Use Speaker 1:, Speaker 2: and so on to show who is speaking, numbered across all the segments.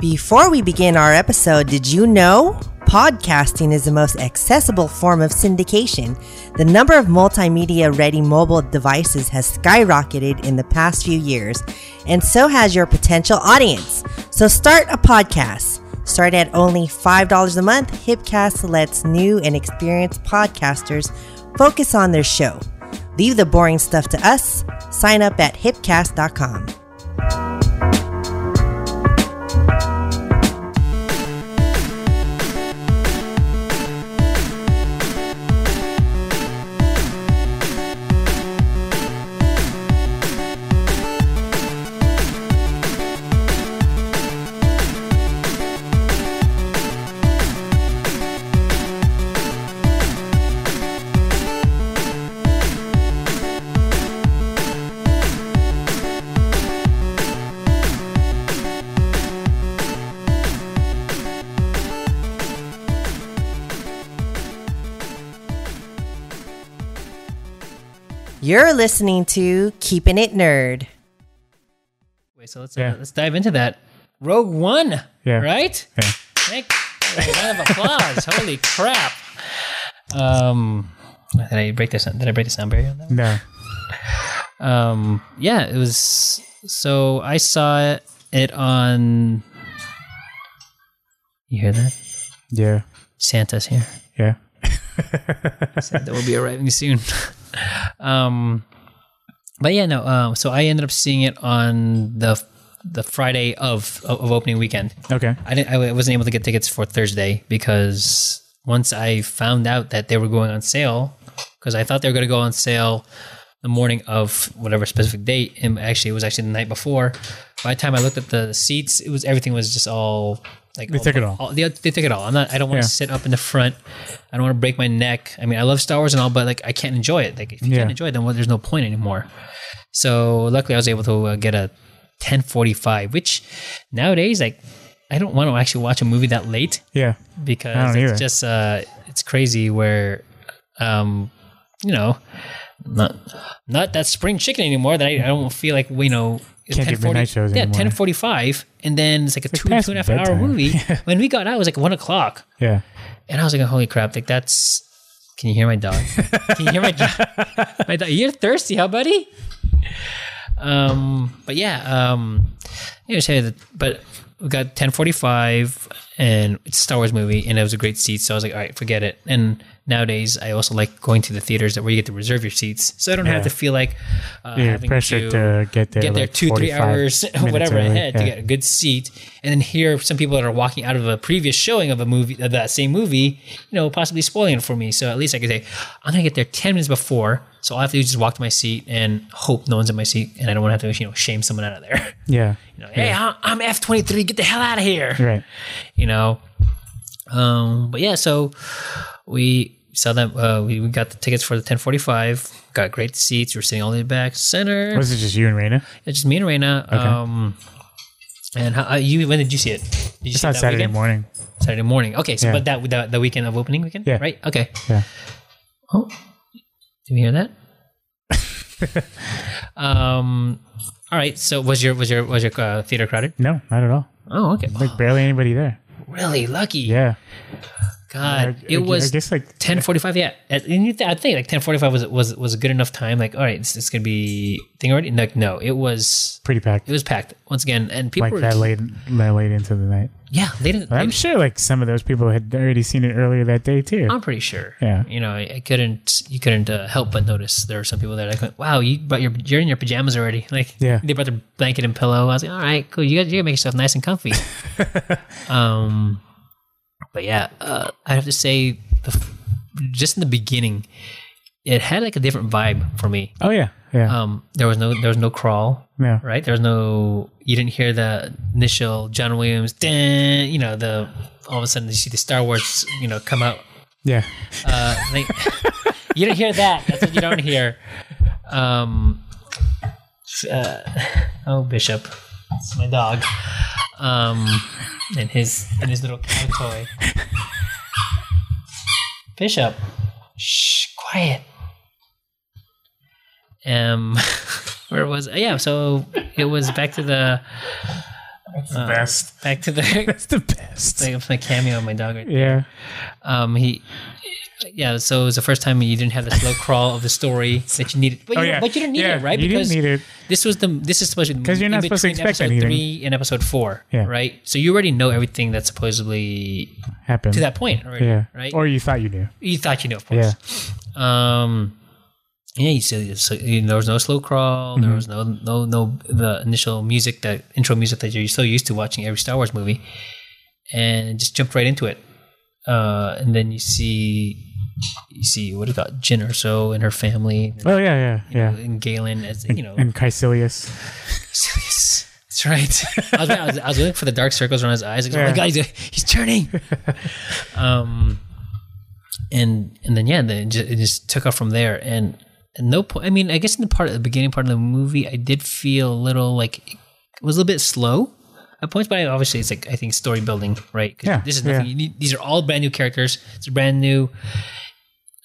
Speaker 1: Before we begin our episode, did you know? Podcasting is the most accessible form of syndication. The number of multimedia ready mobile devices has skyrocketed in the past few years, and so has your potential audience. So start a podcast. Start at only $5 a month. Hipcast lets new and experienced podcasters focus on their show. Leave the boring stuff to us. Sign up at hipcast.com. You're listening to Keeping It Nerd.
Speaker 2: Wait, so let's uh,
Speaker 3: Yeah.
Speaker 2: let's dive into that. Rogue One.
Speaker 3: Yeah.
Speaker 2: Right.
Speaker 3: Yeah.
Speaker 2: Thank. Oh, round of applause. Holy crap. Um, did I break the sound? Did I break the sound barrier on that?
Speaker 3: No.
Speaker 2: One? Um, yeah, it was. So I saw it on. You hear that?
Speaker 3: Yeah.
Speaker 2: Santa's here.
Speaker 3: Yeah.
Speaker 2: Santa will be arriving soon. um, but yeah, no. Um, so I ended up seeing it on the the Friday of of, of opening weekend.
Speaker 3: Okay.
Speaker 2: I didn't. I wasn't able to get tickets for Thursday because once I found out that they were going on sale, because I thought they were going to go on sale the morning of whatever specific date, and actually it was actually the night before. By the time I looked at the seats, it was everything was just all like
Speaker 3: They took it all.
Speaker 2: Oh, they, they took it all. I'm not. I don't want
Speaker 3: Yeah.
Speaker 2: to sit up in the front. I don't want to break my neck. I mean, I love Star Wars and all, but like I can't enjoy it. Like if you
Speaker 3: Yeah.
Speaker 2: can't enjoy it, then well, there's no point anymore. So luckily, I was able to uh, get a 10:45, which nowadays, like, I don't want to actually watch a movie that late
Speaker 3: Yeah. I
Speaker 2: because
Speaker 3: don't
Speaker 2: it's
Speaker 3: either.
Speaker 2: just uh, it's crazy. Where, um, you know, not not that spring chicken anymore. That I, I don't feel like you know. it's
Speaker 3: Can't do
Speaker 2: 10:40
Speaker 3: midnight shows
Speaker 2: yeah,
Speaker 3: anymore.
Speaker 2: ten forty-five, and then it's like a two two
Speaker 3: past
Speaker 2: and a half hour
Speaker 3: bedtime.
Speaker 2: movie. When we got out, it was like one o'clock,
Speaker 3: Yeah.
Speaker 2: and I was like, "Holy crap!" Like that's. Can you hear my dog? Can you hear my dog? my dog? You're thirsty, huh, buddy? Um, but yeah, um, you know, say that. But we got 10:45, and it's a Star Wars movie, and it was a great seat. So I was like, all right, forget it. And nowadays, I also like going to the theaters that where you get to reserve your seats, so I don't have
Speaker 3: Yeah.
Speaker 2: to feel like uh,
Speaker 3: You're
Speaker 2: having
Speaker 3: pressured to, get there.
Speaker 2: get there
Speaker 3: like
Speaker 2: two, three
Speaker 3: 45
Speaker 2: hours,
Speaker 3: minutes
Speaker 2: whatever
Speaker 3: early.
Speaker 2: ahead
Speaker 3: yeah.
Speaker 2: to get a good seat, and then hear some people that are walking out of a previous showing of a movie of that same movie, you know, possibly spoiling it for me. So at least I could say I'm gonna get there ten minutes before, so all I have to do is just walk to my seat and hope no one's in my seat, and I don't want to have to you know shame someone out of there.
Speaker 3: Yeah.
Speaker 2: You know, hey, I'm- I'm F twenty three, get the hell out of here
Speaker 3: Right.
Speaker 2: you know. Um, but yeah, so we saw them. Uh, we, we got the tickets for the 10:45. Got great seats. We were sitting all the way back center.
Speaker 3: Was it just you and Raina?
Speaker 2: it's just me and Reina. Um, and how, uh, you? When did you see it? Did you
Speaker 3: It's
Speaker 2: see it
Speaker 3: on
Speaker 2: that
Speaker 3: Saturday
Speaker 2: weekend?
Speaker 3: morning.
Speaker 2: Saturday morning. Okay, so
Speaker 3: Yeah.
Speaker 2: but that, that the weekend of opening weekend.
Speaker 3: Yeah.
Speaker 2: Right. Okay.
Speaker 3: Yeah.
Speaker 2: Oh, did you hear that? um. All right. So was your was your was your uh, theater crowded?
Speaker 3: No, not at all.
Speaker 2: Oh, okay.
Speaker 3: Like barely anybody there.
Speaker 2: really lucky.
Speaker 3: Yeah. I-
Speaker 2: God,
Speaker 3: I-
Speaker 2: Uh, it was
Speaker 3: I guess like
Speaker 2: ten forty five. Yeah, At- and you th- I think like ten forty five was was was a good enough time. Like, all right, it's, it's gonna be thing already. Like, no, it was
Speaker 3: pretty packed.
Speaker 2: it was packed once again, and people
Speaker 3: Like
Speaker 2: were
Speaker 3: that late, that late into the night.
Speaker 2: yeah, they didn't.
Speaker 3: But I'm
Speaker 2: they-
Speaker 3: sure like some of those people had already seen it earlier that day too.
Speaker 2: I'm pretty sure.
Speaker 3: Yeah.
Speaker 2: you know, I, I couldn't you couldn't uh, help but notice there were some people that I like, wow, you brought your you're in your pajamas already. Like,
Speaker 3: Yeah.
Speaker 2: they brought their blanket and pillow. I was like, all right, cool, you got you gotta make yourself nice and comfy. um, but yeah, uh, I have to say, the, f- just in the beginning. It had like a different vibe for me.
Speaker 3: Oh yeah, yeah,
Speaker 2: um, there was no there was no crawl
Speaker 3: no,
Speaker 2: right there was no you didn't hear the initial john williams "Dun," you know the all of a sudden you see the star wars you know come out
Speaker 3: yeah,
Speaker 2: uh, like, you didn't hear that that's what you don't hear um, uh, oh bishop it's my dog um, and his and his little cow toy bishop shh quiet um where was yeah so it was back to the
Speaker 3: That's the best.
Speaker 2: Back to the
Speaker 3: That's the best.
Speaker 2: like, my cameo of my dog. Right
Speaker 3: Yeah.
Speaker 2: Um, he, yeah. So it was the first time you didn't have the slow crawl of the story that you needed. But you,
Speaker 3: Oh, yeah.
Speaker 2: but you didn't need
Speaker 3: Yeah,
Speaker 2: it, right?
Speaker 3: you didn't need it.
Speaker 2: This was the this is supposed to be
Speaker 3: 'Cause you're not
Speaker 2: in
Speaker 3: supposed to
Speaker 2: between
Speaker 3: expect
Speaker 2: episode
Speaker 3: anything.
Speaker 2: Three and episode four,
Speaker 3: Yeah.
Speaker 2: right? So you already know everything that's supposedly
Speaker 3: Happened.
Speaker 2: to that point, already,
Speaker 3: yeah.
Speaker 2: right?
Speaker 3: Or you thought you knew.
Speaker 2: you thought you knew, of course. Yeah. Um, yeah. You said so, you know, there was no slow crawl.
Speaker 3: Mm-hmm.
Speaker 2: There was no no no the initial music, the intro music that you're so used to watching every Star Wars movie, and it just jumped right into it. Uh, and then you see you see what do you call it, Jin or so and her family, and,
Speaker 3: Oh yeah, yeah, yeah.
Speaker 2: and Galen as you know.
Speaker 3: And Caecilius.
Speaker 2: That's right. I was, I, was, I was looking for the dark circles around his eyes. Like, Oh my
Speaker 3: Yeah.
Speaker 2: god, he's, he's turning. um, and and then yeah, then it just, it just took off from there. And at no point. I mean, I guess in the part at the beginning part of the movie, I did feel a little like it was a little bit slow at points, but I, obviously it's like I think story building, right? 'Cause
Speaker 3: Yeah,
Speaker 2: This is
Speaker 3: yeah.
Speaker 2: nothing. You need, these are all brand new characters. It's a brand new.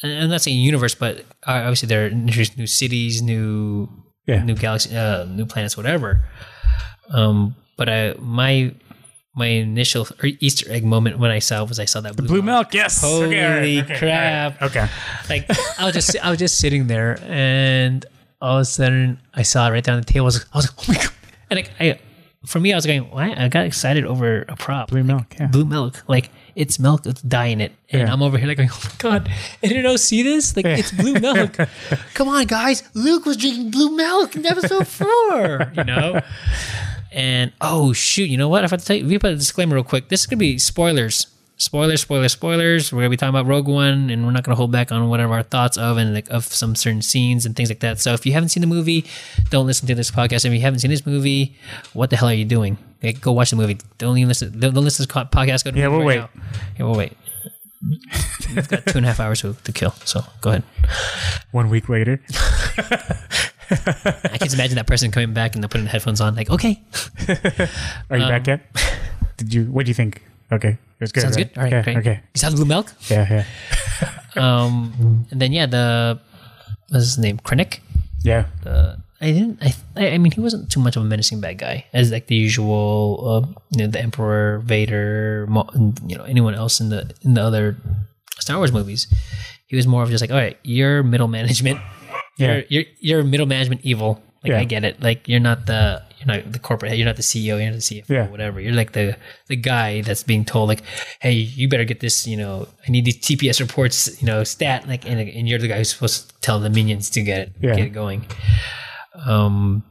Speaker 2: I'm not saying universe, but uh, obviously they're introduced new cities, new
Speaker 3: Yeah.
Speaker 2: new galaxy, uh, new planets, whatever. Um, but I, my my initial e-, Easter egg moment when I saw it was I saw that
Speaker 3: Blue milk. Yes.
Speaker 2: Holy
Speaker 3: all all
Speaker 2: crap.
Speaker 3: all right. Okay.
Speaker 2: Like I was just I was just sitting there, and all of a sudden I saw it right down the table. I was, I was like, oh my god! And like I, for me, I was going, why? I got excited over a prop,
Speaker 3: Blue milk. Yeah.
Speaker 2: blue milk, like. It's milk, it's dye in it. And
Speaker 3: Yeah.
Speaker 2: I'm over here like, going, oh my God, I didn't know see this? Like, it's blue milk. Come on, guys. Luke was drinking blue milk in episode four, you know? And oh shoot, you know what? I forgot to tell you. We put a disclaimer real quick. This is gonna be spoilers, spoilers, spoilers, spoilers. We're gonna be talking about Rogue One, and we're not gonna hold back on whatever our thoughts of and like of some certain scenes and things like that. So if you haven't seen the movie, don't listen to this podcast. If you haven't seen this movie, what the hell are you doing? Like, go watch the movie. Don't even listen. Don't, don't listen to this podcast. Go to the
Speaker 3: Yeah,
Speaker 2: movie
Speaker 3: we'll
Speaker 2: right now. Yeah, we'll wait. We've got two and a half hours to, to kill. So go ahead.
Speaker 3: One week later.
Speaker 2: I can just imagine that person coming back and they're putting headphones on, like, okay,
Speaker 3: Are you back yet? Did you? What do you think? Okay. It was good.
Speaker 2: Um, sounds
Speaker 3: right?
Speaker 2: good. All right,
Speaker 3: Yeah,
Speaker 2: great.
Speaker 3: Okay.
Speaker 2: You sound blue milk.
Speaker 3: Yeah. Yeah.
Speaker 2: Um, and then yeah, the what's his name, Krennic.
Speaker 3: Yeah.
Speaker 2: Uh, I didn't. I, I I mean, he wasn't too much of a menacing bad guy as like the usual, uh, you know, the Emperor, Vader, Mo- you know, anyone else in the in the other Star Wars movies. He was more of just like, all right, you're middle management.
Speaker 3: Yeah.
Speaker 2: You're, you're you're middle management evil. Like
Speaker 3: Yeah.
Speaker 2: I get it. Like you're not the you're not the corporate head. You're not the CEO. You're not the CFO.
Speaker 3: Yeah.
Speaker 2: Whatever. You're like the the guy that's being told like, hey, you better get this. You know, I need these TPS reports. You know, stat. Like, and, and you're the guy who's supposed to tell the minions to get it
Speaker 3: Yeah.
Speaker 2: get it going. Um,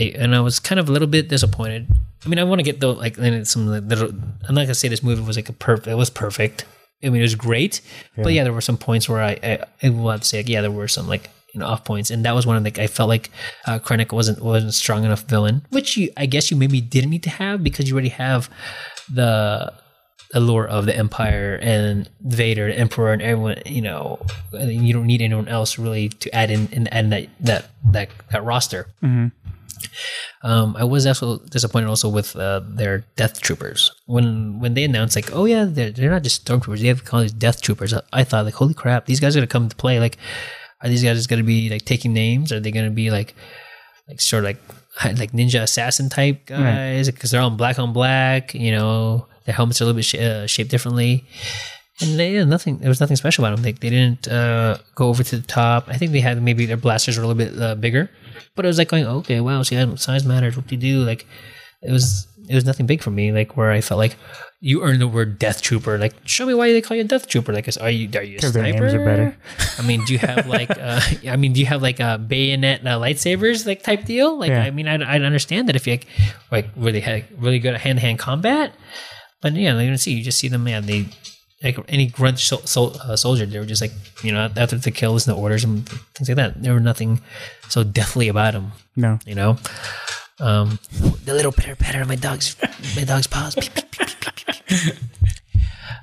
Speaker 2: I- and I was kind of a little bit disappointed. I mean, I want to get though like in some of the little. I'm not gonna say this movie was like a perfect. It was perfect. I mean, it was great. But yeah, there were some points where I, I, I will have to say like, yeah, there were some like you know off points, and that was one of the I felt like uh, Krennic wasn't wasn't a strong enough villain, which you I guess you maybe didn't need to have because you already have the allure of the Empire and Vader, the Emperor, and everyone. You know, I think you don't need anyone else really to add in and add in that that that, that roster. Um, I was also disappointed also with uh, their death troopers when when they announced like, oh yeah, they're, they're not just stormtroopers; they have called these death troopers. I thought like, holy crap, these guys are gonna come to play. Like, are these guys just gonna be like taking names? Are they gonna be like like sort of like like ninja assassin type guys because they're all black on black. You know, their helmets are a little bit sh- uh, shaped differently, and they yeah, nothing. There was nothing special about them. Like they didn't uh, go over to the top. I think they had maybe their blasters were a little bit uh, bigger, but it was like going okay, wow. See, I don't- size matters. What do you do? Like it was it was nothing big for me. Like where I felt like. You earned the word "death trooper." Like, show me why they call you a death trooper. Like, is- are you are you a
Speaker 3: 'Cause
Speaker 2: sniper?
Speaker 3: their names are better.
Speaker 2: I mean, do you have like, uh, I mean, do you have like a bayonet uh, lightsabers like type deal? Like,
Speaker 3: Yeah.
Speaker 2: I mean, I'd, I'd understand that if you like, like really had really good at hand to hand combat, but yeah, they don't see you just see them. Yeah, they like any grunt sol- sol- uh, soldier, they were just like you know after the kills and the orders and things like that. There were nothing so deathly about them,
Speaker 3: No.
Speaker 2: you know. Um, the little pitter patter of my dog's my dog's paws. Pew, pew, pew, pew, pew, pew, pew.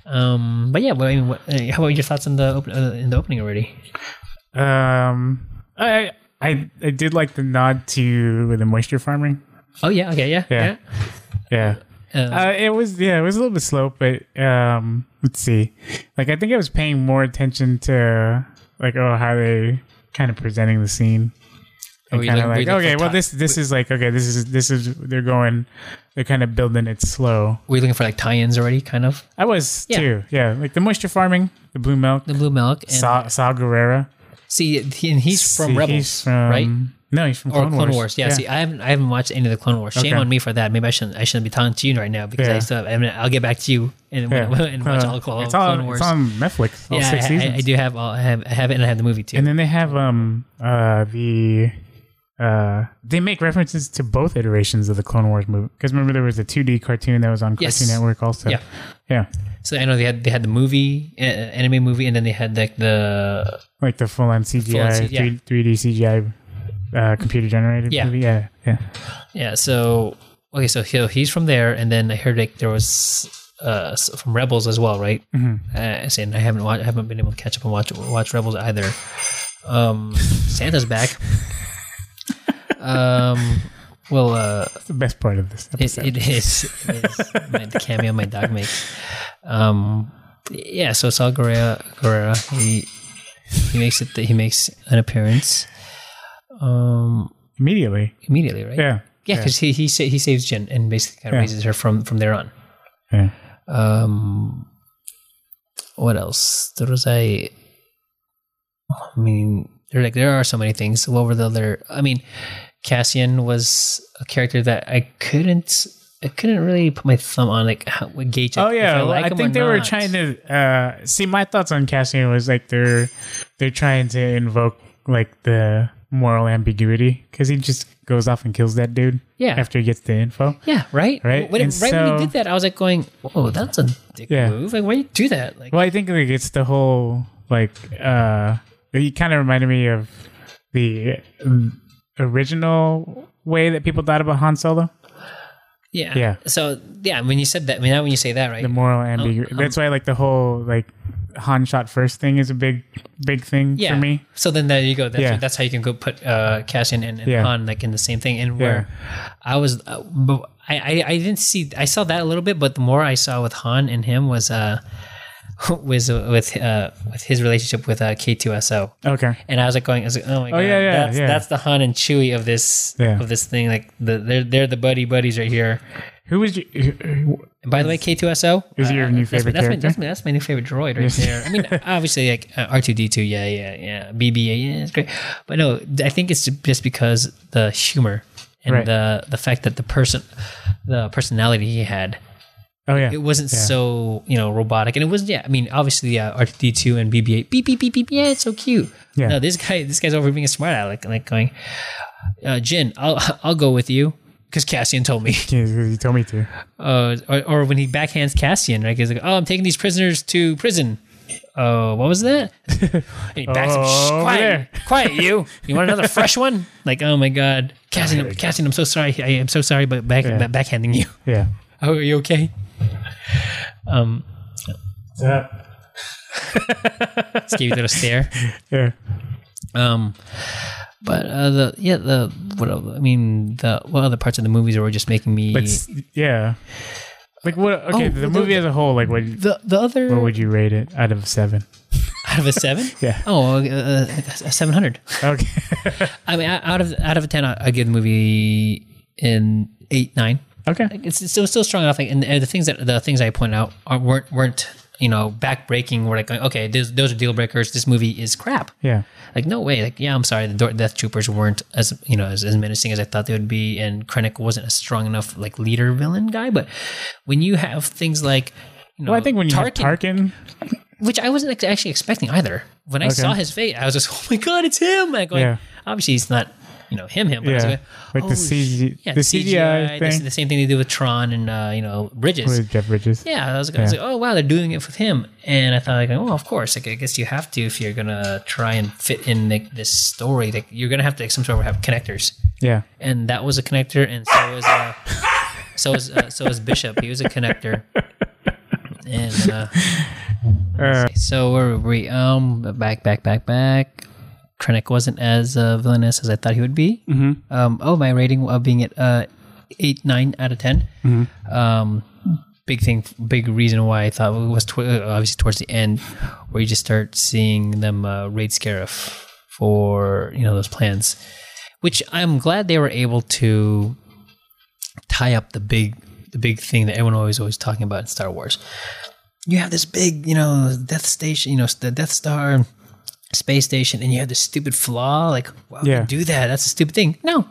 Speaker 2: Um, but yeah, well, I mean, what, uh, how about your thoughts on the open, uh, in the opening already?
Speaker 3: Um. I. I. I did like the nod to the moisture farming.
Speaker 2: Oh yeah, okay, yeah, yeah.
Speaker 3: Yeah. Yeah.
Speaker 2: Uh,
Speaker 3: Uh, it was yeah, it was a little bit slow, but um, let's see. Like I think I was paying more attention to like oh how they kind of presenting the scene And
Speaker 2: we
Speaker 3: kind of
Speaker 2: look- we
Speaker 3: like,
Speaker 2: look
Speaker 3: okay,
Speaker 2: for
Speaker 3: well
Speaker 2: top-
Speaker 3: this this is like okay, this is this is they're going, they're kind of building it slow.
Speaker 2: We're looking for like tie-ins already, kind of.
Speaker 3: I was
Speaker 2: Yeah.
Speaker 3: too, yeah, like the moisture farming, the blue milk,
Speaker 2: The blue milk. And
Speaker 3: Sa Saw Gerrera.
Speaker 2: see, he- and he's from
Speaker 3: See,
Speaker 2: Rebels,
Speaker 3: he's from-
Speaker 2: right?
Speaker 3: No, he's from
Speaker 2: Or
Speaker 3: Clone,
Speaker 2: Clone Wars. Yeah, See, I haven't I haven't watched any of the Clone Wars. Shame
Speaker 3: Okay.
Speaker 2: on me for that. Maybe I shouldn't I shouldn't be talking to you right now because I
Speaker 3: Yeah.
Speaker 2: still have, I mean, I'll get back to you and,
Speaker 3: Yeah.
Speaker 2: and watch
Speaker 3: Uh,
Speaker 2: all Clone,
Speaker 3: it's all-
Speaker 2: Clone Wars.
Speaker 3: It's on Netflix. All
Speaker 2: yeah,
Speaker 3: six
Speaker 2: I- I,
Speaker 3: seasons.
Speaker 2: I do have all I have I have it and I have the movie too.
Speaker 3: And then they have um uh the uh they make references to both iterations of the Clone Wars movie because remember there was a 2D cartoon that was on Cartoon
Speaker 2: Yes.
Speaker 3: Network also.
Speaker 2: Yeah.
Speaker 3: Yeah.
Speaker 2: so I know they had they had the movie uh, anime movie and then they had like the
Speaker 3: Like the full on CGI,
Speaker 2: CGI.
Speaker 3: 3, d CGI uh, computer generated
Speaker 2: Yeah.
Speaker 3: movie. Yeah. Yeah.
Speaker 2: Yeah. So okay. So he, he's from there, and then I heard like there was uh s- from Rebels as well, right? Mm-hmm. Uh, and I haven't watched, I haven't been able to catch up and watch watch Rebels either. Um, Santa's back. um. Well, uh,
Speaker 3: That's the best part of this
Speaker 2: it,
Speaker 3: episode.
Speaker 2: it is, it is my, the cameo my dog makes. Um, yeah, so Sal Guerrera, Guerrera he he makes it. He makes an appearance um,
Speaker 3: Immediately.
Speaker 2: immediately, right?
Speaker 3: Yeah.
Speaker 2: Yeah, because he he, sa- he saves Jin and basically kind of
Speaker 3: Yeah.
Speaker 2: raises her from from there on.
Speaker 3: Yeah.
Speaker 2: Um, what else? There was I. I mean, there like there are so many things. What were the other? I mean, Cassian was a character that I couldn't. I couldn't really put my thumb on like how, what gauge.
Speaker 3: Oh yeah,
Speaker 2: if I,
Speaker 3: well,
Speaker 2: like
Speaker 3: I
Speaker 2: him
Speaker 3: think
Speaker 2: or
Speaker 3: they were
Speaker 2: not.
Speaker 3: trying to uh, see. My thoughts on Cassian was like they're they're trying to invoke like the moral ambiguity because he just goes off and kills that dude.
Speaker 2: Yeah.
Speaker 3: after he gets the info.
Speaker 2: Yeah, right.
Speaker 3: Right,
Speaker 2: When,
Speaker 3: and
Speaker 2: right when
Speaker 3: so-
Speaker 2: he did that, I was like going, "Whoa, that's a dick
Speaker 3: Yeah.
Speaker 2: move! Like, why you do that? Like,
Speaker 3: Well, I think like it's the whole like uh, he kind of reminded me of the um, original way that people thought about Han Solo,
Speaker 2: yeah,
Speaker 3: yeah.
Speaker 2: So yeah, when you said that, I mean, now when you say that, right?
Speaker 3: the moral
Speaker 2: Oh,
Speaker 3: ambiguity.
Speaker 2: um,
Speaker 3: That's why like the whole like Han shot first thing is a big big thing
Speaker 2: yeah.
Speaker 3: for me.
Speaker 2: So then there you go. That's,
Speaker 3: Yeah.
Speaker 2: that's how you can go put uh, Cassian and, and
Speaker 3: Yeah.
Speaker 2: Han like in the same thing. And where I was, uh, but I, I I didn't see. I saw that a little bit, but the more I saw with Han and him was uh was uh, with uh with his relationship with uh, K2SO.
Speaker 3: Okay.
Speaker 2: And I was like going, I was like, oh my god,
Speaker 3: yeah, yeah,
Speaker 2: that's
Speaker 3: yeah.
Speaker 2: that's the Han and Chewie of this
Speaker 3: Yeah.
Speaker 2: of this thing. Like the, they're they're the buddy buddies right here.
Speaker 3: Who was you? Who, who,
Speaker 2: And by the way, K2SO
Speaker 3: Is he your new
Speaker 2: uh, that's my-
Speaker 3: favorite
Speaker 2: that's my,
Speaker 3: character?
Speaker 2: That's my, that's my new favorite droid right there. I mean, obviously, like uh, R2D2, yeah, yeah, yeah, BBA, yeah, it's great. But no, I think it's just because the humor and
Speaker 3: Right.
Speaker 2: the the fact that the person, the personality he had,
Speaker 3: oh yeah.
Speaker 2: it wasn't so you know robotic, and it was yeah. I mean, obviously, yeah, R2D2 and BBA, beep beep beep beep, yeah, it's so cute.
Speaker 3: Yeah.
Speaker 2: No, this guy, this guy's over here being a smart aleck, like going, uh, Jin, I'll I'll go with you because Cassian told me
Speaker 3: Yeah, you told me to.
Speaker 2: uh, or, or when he backhands Cassian, right? He's like, "Oh, I'm taking these prisoners to prison." Oh, what was that? and he backs him. Shh,
Speaker 3: Over
Speaker 2: quiet,
Speaker 3: Oh, there."
Speaker 2: quiet, you. You want another fresh one? Like, oh my god, Cassian, Cassian, I'm so sorry. I am so sorry, but back,
Speaker 3: Yeah.
Speaker 2: backhanding you.
Speaker 3: Yeah.
Speaker 2: Oh, are you okay? Um,
Speaker 3: What's up?
Speaker 2: just gave you a little stare.
Speaker 3: Yeah.
Speaker 2: Um, but uh, the yeah the what el- I mean the what other parts of the movies were just making me
Speaker 3: But s- yeah. Like what? Okay,
Speaker 2: Oh,
Speaker 3: the,
Speaker 2: the-
Speaker 3: movie as a whole. Like what?
Speaker 2: the the other
Speaker 3: What would you rate it out of seven?
Speaker 2: out of a seven
Speaker 3: Yeah.
Speaker 2: oh uh, uh, a seven hundred.
Speaker 3: Okay.
Speaker 2: I mean, I- out of out of a ten, I, I give the movie an eight, nine.
Speaker 3: okay.
Speaker 2: Like, It's, it's still still strong enough, like, and, and the things that the things I point out are, weren't weren't you know backbreaking. We're like, going, okay, those those are deal breakers. This movie is crap.
Speaker 3: Yeah.
Speaker 2: Like no way. Like yeah, I'm sorry. The Dor- Death Troopers weren't as you know as, as menacing as I thought they would be, and Krennic wasn't a strong enough like leader villain guy. But when you have things like you know,
Speaker 3: Well, I think when you
Speaker 2: Tarkin,
Speaker 3: have Tarkin,
Speaker 2: which I wasn't ex- actually expecting either. When I
Speaker 3: Okay.
Speaker 2: saw his face, I was just, oh my god, it's him! Like, going,
Speaker 3: Yeah.
Speaker 2: obviously he's not, you know, him, him. But I was
Speaker 3: Yeah.
Speaker 2: like,
Speaker 3: Like
Speaker 2: "Holy
Speaker 3: the CG
Speaker 2: sh- yeah,
Speaker 3: the CGI
Speaker 2: the-
Speaker 3: thing.
Speaker 2: The, same thing they do with Tron and uh, you know Bridges.
Speaker 3: with Jeff Bridges.
Speaker 2: yeah, I was, I was like, oh wow, they're doing it with him, and I thought like, oh, of course, like I guess you have to if you're gonna try and fit in like this story, like you're gonna have to like, some sort of have connectors,
Speaker 3: Yeah.
Speaker 2: and that was a connector, and so was uh, so was uh, so was Bishop, he was a connector, and. Uh,
Speaker 3: Uh,
Speaker 2: so where were we? Um, back, back, back, back. Krennic wasn't as uh, villainous as I thought he would be. Mm-hmm. Um, oh, my rating of being at uh, eight, nine out of 10 Um, big thing, big reason why I thought it was tw- uh, obviously towards the end where you just start seeing them uh, raid Scarif for you know those plans. which I'm glad they were able to tie up the big the big thing that everyone always always talking about in Star Wars. You have this big, you know, Death Station, you know, the Death Star space station, and you have this stupid flaw. Like, why would
Speaker 3: Yeah.
Speaker 2: you do that? That's a stupid thing. No,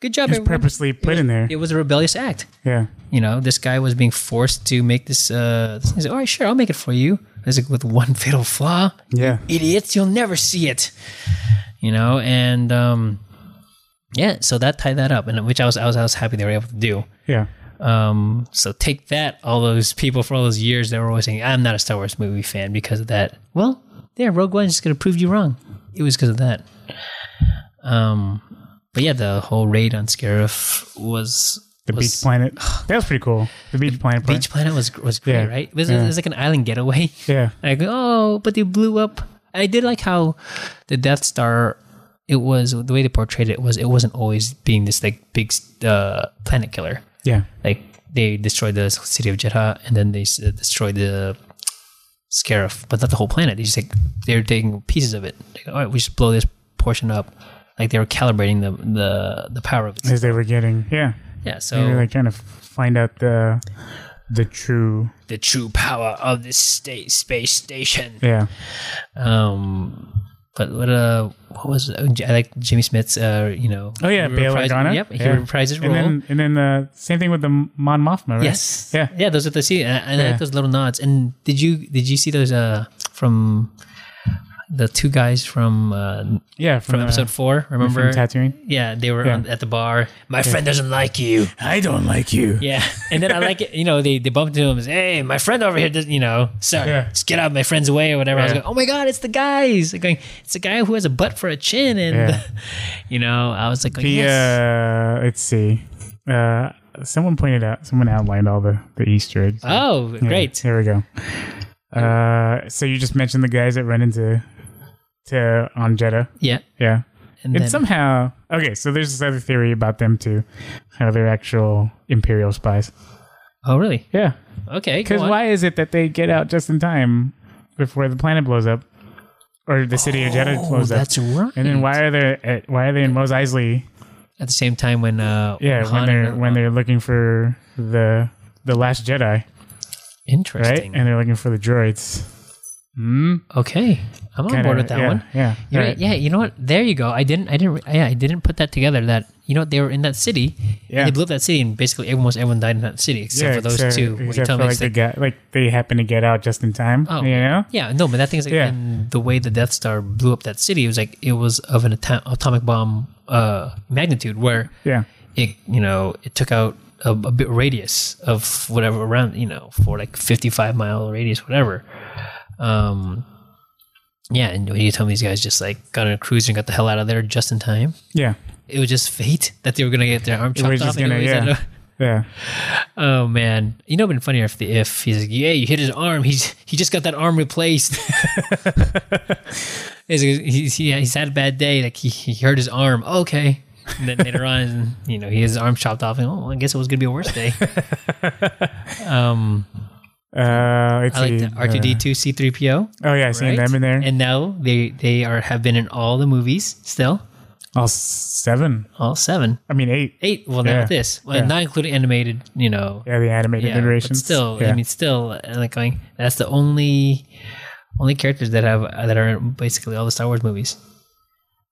Speaker 2: good job.
Speaker 3: It's
Speaker 2: everyone.
Speaker 3: purposely put in there.
Speaker 2: It was a rebellious act.
Speaker 3: Yeah.
Speaker 2: You know, this guy was being forced to make this. Uh, this thing. He's like, all right, sure, I'll make it for you. There's like with one fatal flaw
Speaker 3: Yeah.
Speaker 2: idiots you'll never see it you know and um yeah so that tied that up and which i was i was, I was happy they were able to do
Speaker 3: Yeah.
Speaker 2: um so take that all those people for all those years that were always saying i'm not a star wars movie fan because of that well yeah rogue one's just gonna prove you wrong it was because of that um but yeah the whole raid on scarif was
Speaker 3: The
Speaker 2: was,
Speaker 3: beach planet. That was pretty cool. The beach planet. part.
Speaker 2: beach planet was was great
Speaker 3: Yeah,
Speaker 2: right it was,
Speaker 3: yeah.
Speaker 2: it was like an island getaway
Speaker 3: Yeah.
Speaker 2: like, oh, but they blew up. I did like how the Death Star. It was the way they portrayed it was it wasn't always being this like big uh, planet killer.
Speaker 3: Yeah.
Speaker 2: Like they destroyed the city of Jeddah and then they s- uh, destroyed the Scarif, but not the whole planet. They just like they're taking pieces of it. Like, all right, we just blow this portion up. Like they were calibrating the the, the power of it.
Speaker 3: As they were getting. Yeah.
Speaker 2: Yeah,
Speaker 3: They were
Speaker 2: so
Speaker 3: like trying to f- find out the the true.
Speaker 2: the true power of this state space station.
Speaker 3: Yeah.
Speaker 2: Um, but what uh, what was it? I like Jimmy Smith's uh, you know.
Speaker 3: Oh yeah,
Speaker 2: he
Speaker 3: Bail
Speaker 2: reprised-
Speaker 3: Organa.
Speaker 2: Yep, he
Speaker 3: yeah.
Speaker 2: reprised his role.
Speaker 3: And then and then the same thing with the Mon Mothma, right?
Speaker 2: yes.
Speaker 3: Yeah.
Speaker 2: Yeah, those are the see, and I- I
Speaker 3: Yeah.
Speaker 2: like those little nods. And did you did you see those uh from the two guys from uh, from
Speaker 3: Yeah. From, the-
Speaker 2: episode four?
Speaker 3: from
Speaker 2: Remember?
Speaker 3: Tatooine.
Speaker 2: yeah, they were
Speaker 3: Yeah.
Speaker 2: on, at the bar. My friend doesn't like you.
Speaker 3: I don't like you.
Speaker 2: Yeah, and then I like it. You know, they they bumped into him. and say, Hey, my friend over here doesn't. You know, sorry,
Speaker 3: Yeah.
Speaker 2: just get out of my friend's way or whatever. I was
Speaker 3: Yeah.
Speaker 2: like, oh my god, it's the guys. Like, going, it's the guy who has a butt for a chin, and
Speaker 3: Yeah.
Speaker 2: you know, I was like, oh,
Speaker 3: The
Speaker 2: yes.
Speaker 3: uh, let's see. Uh, someone pointed out. Someone outlined all the the Easter eggs.
Speaker 2: oh,
Speaker 3: uh, Yeah,
Speaker 2: great.
Speaker 3: Here we go. Uh, so you just mentioned the guys that run into to on Jeddah.
Speaker 2: Yeah,
Speaker 3: Yeah.
Speaker 2: and
Speaker 3: And
Speaker 2: then
Speaker 3: somehow, okay, so there's this other theory about them too, how they're actual imperial spies.
Speaker 2: oh really?
Speaker 3: Yeah,
Speaker 2: Okay,
Speaker 3: because
Speaker 2: because
Speaker 3: why is it that they get out just in time before the planet blows up, or the city of Jeddah
Speaker 2: Oh,
Speaker 3: blows up?
Speaker 2: that's right.
Speaker 3: And then why are they at, why are they in Mos Eisley?
Speaker 2: At the same time, when uh,
Speaker 3: Yeah, when
Speaker 2: Han
Speaker 3: they're
Speaker 2: and-
Speaker 3: when they're looking for the the last Jedi, right?
Speaker 2: interesting.
Speaker 3: And they're looking for the droids. Hmm.
Speaker 2: okay, I'm on
Speaker 3: Kinda-
Speaker 2: board with that
Speaker 3: yeah,
Speaker 2: one.
Speaker 3: Yeah.
Speaker 2: You're
Speaker 3: right.
Speaker 2: right. Yeah, you know what? There you go. I didn't. I didn't. Yeah, I didn't put that together. That you know they were in that city.
Speaker 3: Yeah.
Speaker 2: They blew up that city, and basically almost everyone died in that city except
Speaker 3: Yeah,
Speaker 2: for those
Speaker 3: except-
Speaker 2: two. What you
Speaker 3: Except
Speaker 2: tell me
Speaker 3: for like
Speaker 2: it's
Speaker 3: the
Speaker 2: like-
Speaker 3: guy, like they happen to get out just in time.
Speaker 2: Oh.
Speaker 3: you know?
Speaker 2: yeah, no, but that thing's like
Speaker 3: Yeah.
Speaker 2: when the way the Death Star blew up that city, it was like it was of an atom- atomic bomb uh, magnitude where
Speaker 3: Yeah.
Speaker 2: it you know it took out a, a bit radius of whatever around you know for like 55 mile radius whatever um yeah and when you tell me these guys just like got on a cruise and got the hell out of there just in time
Speaker 3: Yeah.
Speaker 2: it was just fate that they were gonna get their arm
Speaker 3: It was
Speaker 2: chopped off
Speaker 3: just
Speaker 2: and
Speaker 3: gonna,
Speaker 2: it was
Speaker 3: yeah. Yeah.
Speaker 2: oh man you know it'd been funnier if the if he's like yeah you hit his arm he's he just got that arm replaced he's, like, he's, he, he's had a bad day like he, he hurt his arm okay and then later on you know he has his arm chopped off and oh I guess it was gonna be a worse day um
Speaker 3: Uh, let's
Speaker 2: I like
Speaker 3: see.
Speaker 2: the R2D2 C3PO
Speaker 3: Uh, oh yeah, seeing
Speaker 2: right?
Speaker 3: them in there.
Speaker 2: and now they they are have been in all the movies still
Speaker 3: All seven.
Speaker 2: all seven
Speaker 3: I mean eight.
Speaker 2: eight well now
Speaker 3: Yeah.
Speaker 2: with this well
Speaker 3: Yeah.
Speaker 2: not including animated you know
Speaker 3: Yeah, the animated
Speaker 2: yeah, but
Speaker 3: iterations.
Speaker 2: still,
Speaker 3: yeah.
Speaker 2: I mean, still, uh, like going, that's the only only characters that have uh, that are in basically all the Star Wars movies.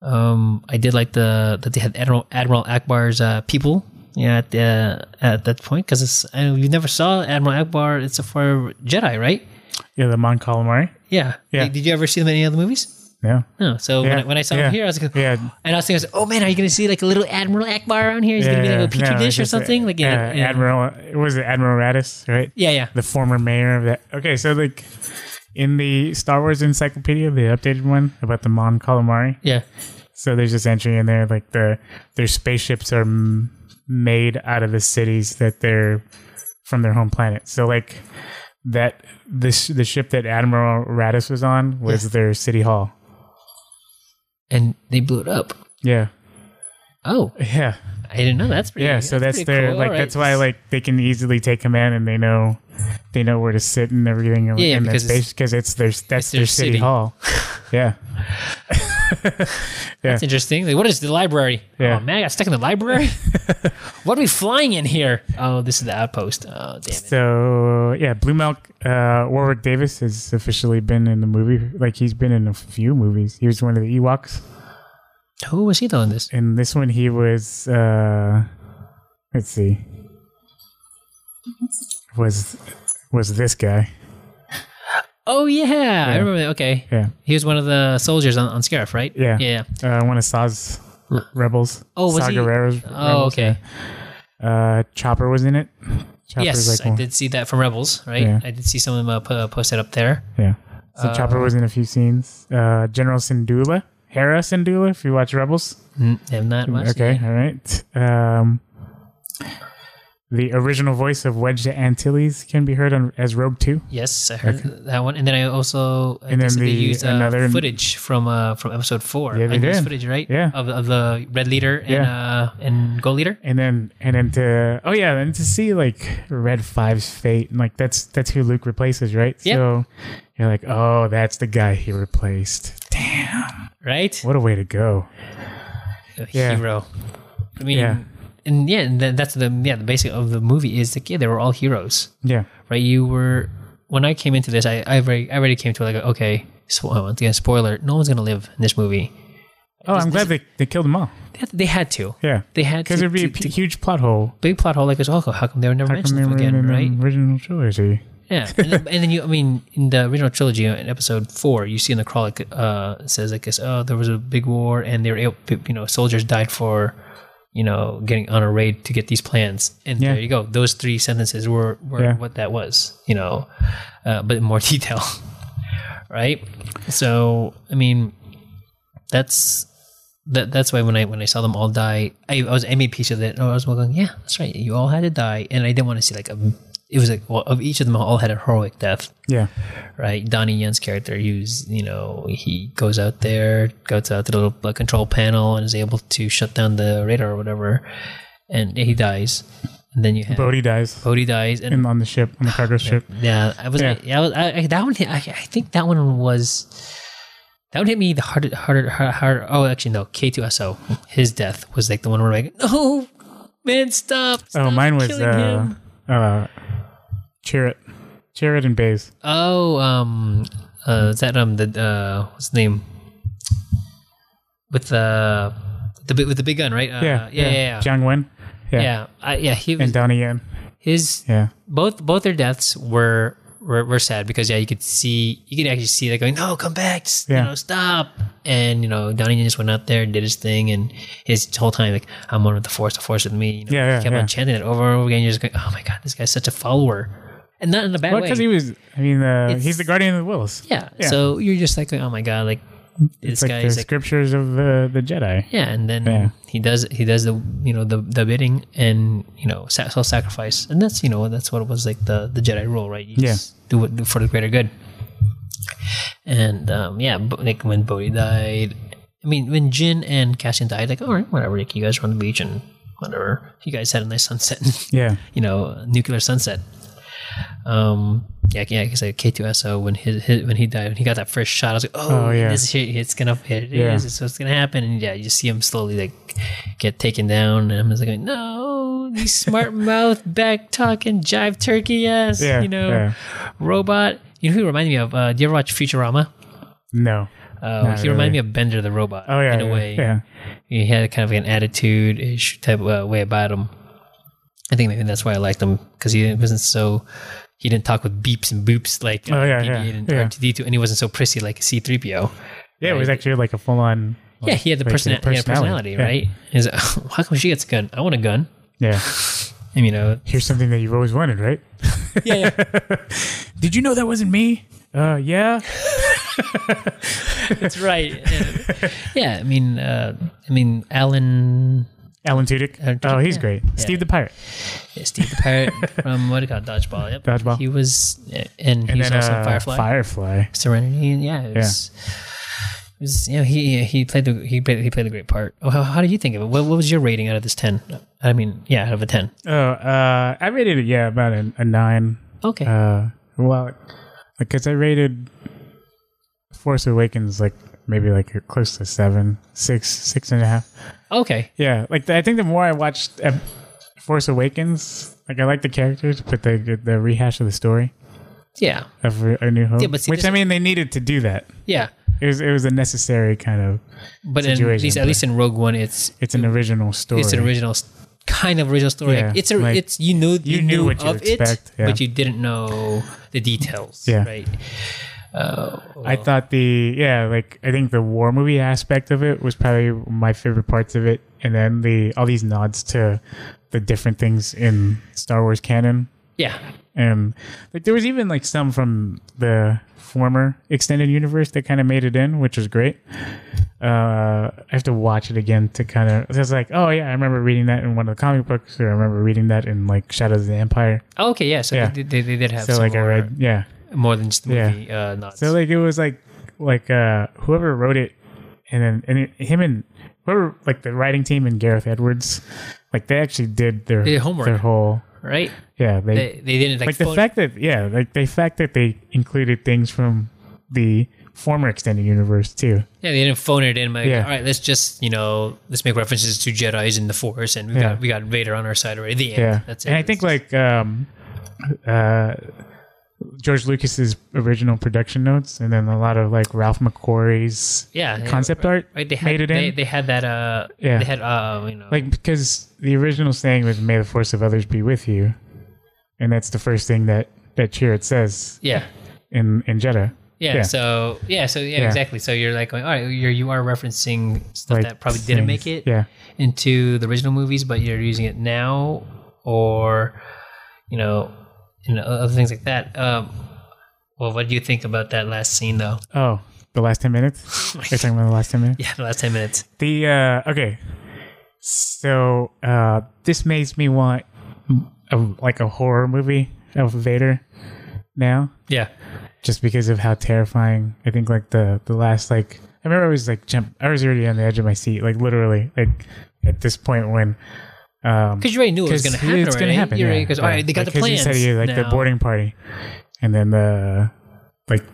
Speaker 2: Um, I did like the that they had Admiral Admiral Akbar's uh, people. Yeah, at the, at that point, because you never saw Admiral Akbar. It's a for Jedi, right?
Speaker 3: yeah, the Mon Calamari.
Speaker 2: Yeah.
Speaker 3: Yeah.
Speaker 2: Did, did you ever see them in any other movies?
Speaker 3: Yeah.
Speaker 2: No. So when,
Speaker 3: Yeah.
Speaker 2: I, when I saw
Speaker 3: Yeah.
Speaker 2: him here, I was like,
Speaker 3: Yeah.
Speaker 2: and I was thinking, oh man, are you going to see like a little Admiral Akbar around here? He's going to be like a petri
Speaker 3: No,
Speaker 2: dish or
Speaker 3: just, uh,
Speaker 2: something, like
Speaker 3: yeah,
Speaker 2: yeah, yeah,
Speaker 3: Admiral. Was it Admiral Radis? Right.
Speaker 2: yeah, yeah.
Speaker 3: The former mayor of that. Okay, so like in the Star Wars Encyclopedia, the updated one about the Mon Calamari.
Speaker 2: yeah.
Speaker 3: So there's this entry in there like the their spaceships are m- made out of the cities that they're from their home planet. So like that this the ship that Admiral Radis was on was their city hall.
Speaker 2: And they blew it up.
Speaker 3: Yeah.
Speaker 2: Oh,
Speaker 3: Yeah.
Speaker 2: I didn't know. That's pretty.
Speaker 3: Yeah, so that's
Speaker 2: pretty
Speaker 3: their
Speaker 2: cool.
Speaker 3: like
Speaker 2: All
Speaker 3: that's
Speaker 2: right.
Speaker 3: why like they can easily take command and they know they know where to sit and everything in,
Speaker 2: Yeah, yeah,
Speaker 3: in the
Speaker 2: because it's-
Speaker 3: space because it's their that's
Speaker 2: their
Speaker 3: their city,
Speaker 2: city.
Speaker 3: hall. yeah.
Speaker 2: That's interesting. Like, what is the library?
Speaker 3: Yeah.
Speaker 2: Oh man, I got stuck in the library. what are we flying in here? Oh, this is the outpost. Oh damn it.
Speaker 3: So yeah, Blue Milk. Uh, Warwick Davis has officially been in the movie. Like he's been in a few movies. He was one of the Ewoks.
Speaker 2: Who was he though in this?
Speaker 3: In this one, he was. Uh, let's see. Was was this guy?
Speaker 2: Oh yeah, I remember that. Okay.
Speaker 3: Yeah,
Speaker 2: He was one of the soldiers on, on Scarif, right?
Speaker 3: Yeah.
Speaker 2: Yeah.
Speaker 3: uh, one of Saw's r- rebels.
Speaker 2: Oh, was
Speaker 3: Saw
Speaker 2: he-
Speaker 3: Gerrera's
Speaker 2: Oh,
Speaker 3: rebels.
Speaker 2: okay.
Speaker 3: Uh, Chopper was in it. Chopper's
Speaker 2: yes, I
Speaker 3: one-
Speaker 2: did see that from Rebels, right?
Speaker 3: Yeah.
Speaker 2: I did see someone uh, po- post it up there.
Speaker 3: Yeah. So
Speaker 2: Uh,
Speaker 3: Chopper was in a few scenes. Uh, General Syndulla, Hera Syndulla, if you watch Rebels.
Speaker 2: Mm, I'm not much.
Speaker 3: okay, all right. Um, the original voice of Wedge Antilles can be heard on, as Rogue Two.
Speaker 2: Yes, I heard that one, and then I also I
Speaker 3: And
Speaker 2: guess
Speaker 3: then
Speaker 2: they
Speaker 3: the-
Speaker 2: used uh,
Speaker 3: another-
Speaker 2: footage from uh, from episode four.
Speaker 3: Yeah, they
Speaker 2: Unused
Speaker 3: did.
Speaker 2: footage, right?
Speaker 3: Yeah.
Speaker 2: of, of the red leader and
Speaker 3: Yeah.
Speaker 2: uh, and goal leader.
Speaker 3: And then, and then to oh yeah, and to see like Red Five's fate, and like that's that's who Luke replaces, right?
Speaker 2: Yeah.
Speaker 3: So you're like, oh, that's the guy he replaced.
Speaker 2: Right,
Speaker 3: What a way to go!
Speaker 2: a
Speaker 3: yeah.
Speaker 2: hero. I mean,
Speaker 3: Yeah.
Speaker 2: and yeah, and that- that's the yeah the basic of the movie is like yeah they were all heroes.
Speaker 3: Yeah,
Speaker 2: right? You were when I came into this, I I already, I already came to it like okay, so once again, spoiler: no one's gonna live in this movie.
Speaker 3: Oh, I'm
Speaker 2: This-
Speaker 3: glad they, they killed them all.
Speaker 2: They had, they had to.
Speaker 3: Yeah.
Speaker 2: They had
Speaker 3: Because
Speaker 2: to-
Speaker 3: it'd be a
Speaker 2: to-
Speaker 3: p- huge plot hole.
Speaker 2: Big plot hole like as well. How come they were never
Speaker 3: How come
Speaker 2: mentioned
Speaker 3: they were
Speaker 2: again,
Speaker 3: in
Speaker 2: right?
Speaker 3: the original trilogy?
Speaker 2: Yeah, and then, and then you, I mean, in the original trilogy, in episode four, you see in the crawl, like, uh, it says like, this, oh, there was a big war, and they were able, you know, soldiers died for, you know, getting on a raid to get these plans, and
Speaker 3: Yeah.
Speaker 2: there you go. Those three sentences were, were
Speaker 3: Yeah.
Speaker 2: what that was, you know, uh, but in more detail, right? So, I mean, that's that that's why when I when I saw them all die, I, I was I made peace with it. And oh, I was going, yeah, that's right. You all had to die, and I didn't want to see like a. It was like well, of each of them all had a heroic death,
Speaker 3: Yeah.
Speaker 2: right? Donnie Yen's character, who's you know he goes out there, goes out to the little uh, control panel, and is able to shut down the radar or whatever, and he dies. And then you have Bodhi,
Speaker 3: Bodhi dies
Speaker 2: dies, and
Speaker 3: in, on the ship, on the cargo ship. Oh,
Speaker 2: yeah, I was.
Speaker 3: Yeah.
Speaker 2: Yeah, I, was I, I, that one. Hit, I, I think that one was. That one hit me the harder, harder, harder. harder oh, actually, no. K2SO, his death was like the one where I'm like, no, man, stop. stop
Speaker 3: Oh, mine was
Speaker 2: killing
Speaker 3: uh,
Speaker 2: him."
Speaker 3: uh, Chirrut. Chirrut and Baze.
Speaker 2: Oh, um, uh, is that um the uh what's the name with the the big with the big gun, right? Uh,
Speaker 3: Yeah.
Speaker 2: yeah, yeah, yeah.
Speaker 3: Jiang Wen. Yeah.
Speaker 2: yeah. I, yeah he was,
Speaker 3: And Donnie Yen.
Speaker 2: his
Speaker 3: Yeah.
Speaker 2: both both their deaths were were, were sad because yeah, you could see you could actually see that going, no, come back, s-
Speaker 3: Yeah.
Speaker 2: you know, stop. And you know, Donnie just went out there and did his thing, and his whole time like, I'm one with the force, the force with me. You know,
Speaker 3: Yeah, yeah,
Speaker 2: he kept
Speaker 3: yeah.
Speaker 2: on chanting it over and over again. You're just going, oh my god, this guy's such a follower, and not in a bad
Speaker 3: Well,
Speaker 2: way.
Speaker 3: because he was, I mean, uh,
Speaker 2: It's-
Speaker 3: he's the guardian of the wills.
Speaker 2: yeah.
Speaker 3: Yeah.
Speaker 2: so you're just like, oh my god, like this
Speaker 3: It's like the
Speaker 2: guy's like
Speaker 3: scriptures of the, the Jedi.
Speaker 2: yeah, and then
Speaker 3: Yeah.
Speaker 2: he does he does the you know the the bidding and you know sa- self sacrifice, and that's you know that's what it was like the the Jedi rule, right? You
Speaker 3: Yeah.
Speaker 2: just do what do for the greater good. And um, yeah, Bo- like when Bodhi died, I mean when Jin and Cassian died, like all right, whatever, like you guys were on the beach and whatever, you guys had a nice sunset,
Speaker 3: Yeah.
Speaker 2: you know, nuclear sunset. Um, yeah, yeah, because like K2SO when his, his when he died, when he got that first shot, I was like, oh,
Speaker 3: Oh, yeah.
Speaker 2: this is here, it's gonna, here it
Speaker 3: Yeah.
Speaker 2: is, it's what's gonna happen, and yeah, you see him slowly like get taken down, and I'm just like, no, these smart mouth back talking jive turkey ass,
Speaker 3: Yeah,
Speaker 2: you know,
Speaker 3: yeah.
Speaker 2: robot. You know who he reminded me of? Uh, do you ever watch Futurama?
Speaker 3: No.
Speaker 2: Uh,
Speaker 3: Not
Speaker 2: he reminded
Speaker 3: really.
Speaker 2: me of Bender the robot.
Speaker 3: Oh, yeah.
Speaker 2: in a
Speaker 3: yeah,
Speaker 2: way,
Speaker 3: Yeah.
Speaker 2: he had kind of an attitude-ish type uh, way about him. I think maybe that's why I liked him because he wasn't so he didn't talk with beeps and boops like uh,
Speaker 3: Oh, yeah,
Speaker 2: BB-8
Speaker 3: yeah,
Speaker 2: and
Speaker 3: yeah.
Speaker 2: R2D2, and he wasn't so prissy like C-3PO.
Speaker 3: Yeah, it was actually like a full on.
Speaker 2: yeah, he had the person- he had a personality, right? He's like, how come she gets a gun? I want a gun. uh,
Speaker 3: Yeah.
Speaker 2: And, you know,
Speaker 3: Here's something that you've always wanted, right?
Speaker 2: yeah, yeah.
Speaker 3: Did you know that wasn't me? Uh, yeah.
Speaker 2: that's right. Yeah, Yeah, I mean, uh, I mean, Alan
Speaker 3: Alan Tudyk.
Speaker 2: Alan Tudyk,
Speaker 3: oh, he's
Speaker 2: yeah.
Speaker 3: great. Steve the Pirate.
Speaker 2: yeah, Steve the Pirate from what do you call it, Dodgeball? Yep.
Speaker 3: Dodgeball.
Speaker 2: He was, and
Speaker 3: And
Speaker 2: he's
Speaker 3: then
Speaker 2: also
Speaker 3: uh,
Speaker 2: Firefly.
Speaker 3: Firefly.
Speaker 2: Serenity. and Yeah, it was, it was you know he he played the he played he played a great part. Oh, how, how did you think of it? What, what was your rating out of this ten? I mean, yeah, out of a ten.
Speaker 3: Oh, uh, I rated it, yeah, about a, a nine.
Speaker 2: Okay,
Speaker 3: Uh, well, because I rated Force Awakens like maybe like you're close to seven, six, six and a half.
Speaker 2: Okay.
Speaker 3: Yeah, like the, I think the more I watched uh, Force Awakens, like I like the characters, but the the rehash of the story
Speaker 2: Yeah.
Speaker 3: of A New Hope,
Speaker 2: Yeah, but see,
Speaker 3: which
Speaker 2: this
Speaker 3: I
Speaker 2: is-
Speaker 3: mean they needed to do that.
Speaker 2: Yeah.
Speaker 3: It was it was a necessary kind of.
Speaker 2: But in, at
Speaker 3: Situation,
Speaker 2: least at
Speaker 3: but-
Speaker 2: least in Rogue One, it's
Speaker 3: It's an original story.
Speaker 2: it's an original s- kind of original story.
Speaker 3: Yeah,
Speaker 2: it's a
Speaker 3: like,
Speaker 2: it's you knew you,
Speaker 3: you knew what you
Speaker 2: of
Speaker 3: expect,
Speaker 2: it,
Speaker 3: yeah.
Speaker 2: but you didn't know the details.
Speaker 3: Yeah.
Speaker 2: Right. Uh,
Speaker 3: I thought the yeah, like I think the war movie aspect of it was probably my favorite parts of it, and then the all these nods to the different things in Star Wars canon,
Speaker 2: yeah.
Speaker 3: and like there was even like some from the former extended universe that kind of made it in, which was great. Uh, I have to watch it again to kind of. It's like, oh yeah, I remember reading that in one of the comic books, or I remember reading that in like Shadows of the Empire.
Speaker 2: Oh, okay. Yeah. So
Speaker 3: Yeah.
Speaker 2: They, they, they did have
Speaker 3: so
Speaker 2: some
Speaker 3: like I
Speaker 2: more,
Speaker 3: read, yeah,
Speaker 2: more than just the
Speaker 3: Yeah.
Speaker 2: movie uh, nods.
Speaker 3: So like it was like like uh whoever wrote it and then and it, him and whoever like the writing team and Gareth Edwards like they actually did their
Speaker 2: They did homework.
Speaker 3: their whole
Speaker 2: right.
Speaker 3: yeah they,
Speaker 2: They, they didn't like,
Speaker 3: like the
Speaker 2: phone-
Speaker 3: fact that yeah like the fact that they included things from the former extended universe too
Speaker 2: Yeah, they didn't phone it in. Like,
Speaker 3: Yeah.
Speaker 2: all right, let's just you know, let's make references to Jedi's in the Force, and we
Speaker 3: Yeah.
Speaker 2: got we got Vader on our side already. The end.
Speaker 3: yeah
Speaker 2: That's it.
Speaker 3: and I
Speaker 2: It's
Speaker 3: think
Speaker 2: just-
Speaker 3: like um uh George Lucas's original production notes and then a lot of like Ralph McQuarrie's
Speaker 2: yeah, yeah,
Speaker 3: concept
Speaker 2: right,
Speaker 3: art
Speaker 2: Right, they had
Speaker 3: made it in
Speaker 2: They, they had that. Uh,
Speaker 3: Yeah.
Speaker 2: They had uh, you know,
Speaker 3: like because the original saying was may the force of others be with you and that's the first thing that that Chirrut says
Speaker 2: yeah.
Speaker 3: in in jeddah
Speaker 2: Yeah,
Speaker 3: Yeah.
Speaker 2: So yeah. So yeah,
Speaker 3: Yeah.
Speaker 2: Exactly. So you're like going, all right, you're you are referencing stuff
Speaker 3: Like,
Speaker 2: that probably didn't make
Speaker 3: things-
Speaker 2: it
Speaker 3: yeah
Speaker 2: into the original movies, but you're using it now, or you know, you know, other things like that. Um, well, what do you think about that last scene, though?
Speaker 3: oh the last 10 minutes we're talking about the last 10 minutes
Speaker 2: Yeah, the last ten minutes.
Speaker 3: the uh okay so uh this makes me want a, like a horror movie of vader now
Speaker 2: Yeah,
Speaker 3: just because of how terrifying I think like the the last like I remember I was like jump I was already on the edge of my seat like literally like at this point when um
Speaker 2: because you already knew it was going to happen.
Speaker 3: it's gonna
Speaker 2: right?
Speaker 3: happen
Speaker 2: You
Speaker 3: yeah,
Speaker 2: already- 'cause,
Speaker 3: yeah.
Speaker 2: all right, they got the
Speaker 3: Like, 'cause
Speaker 2: plans.
Speaker 3: you said you like the
Speaker 2: now.
Speaker 3: boarding party and then the like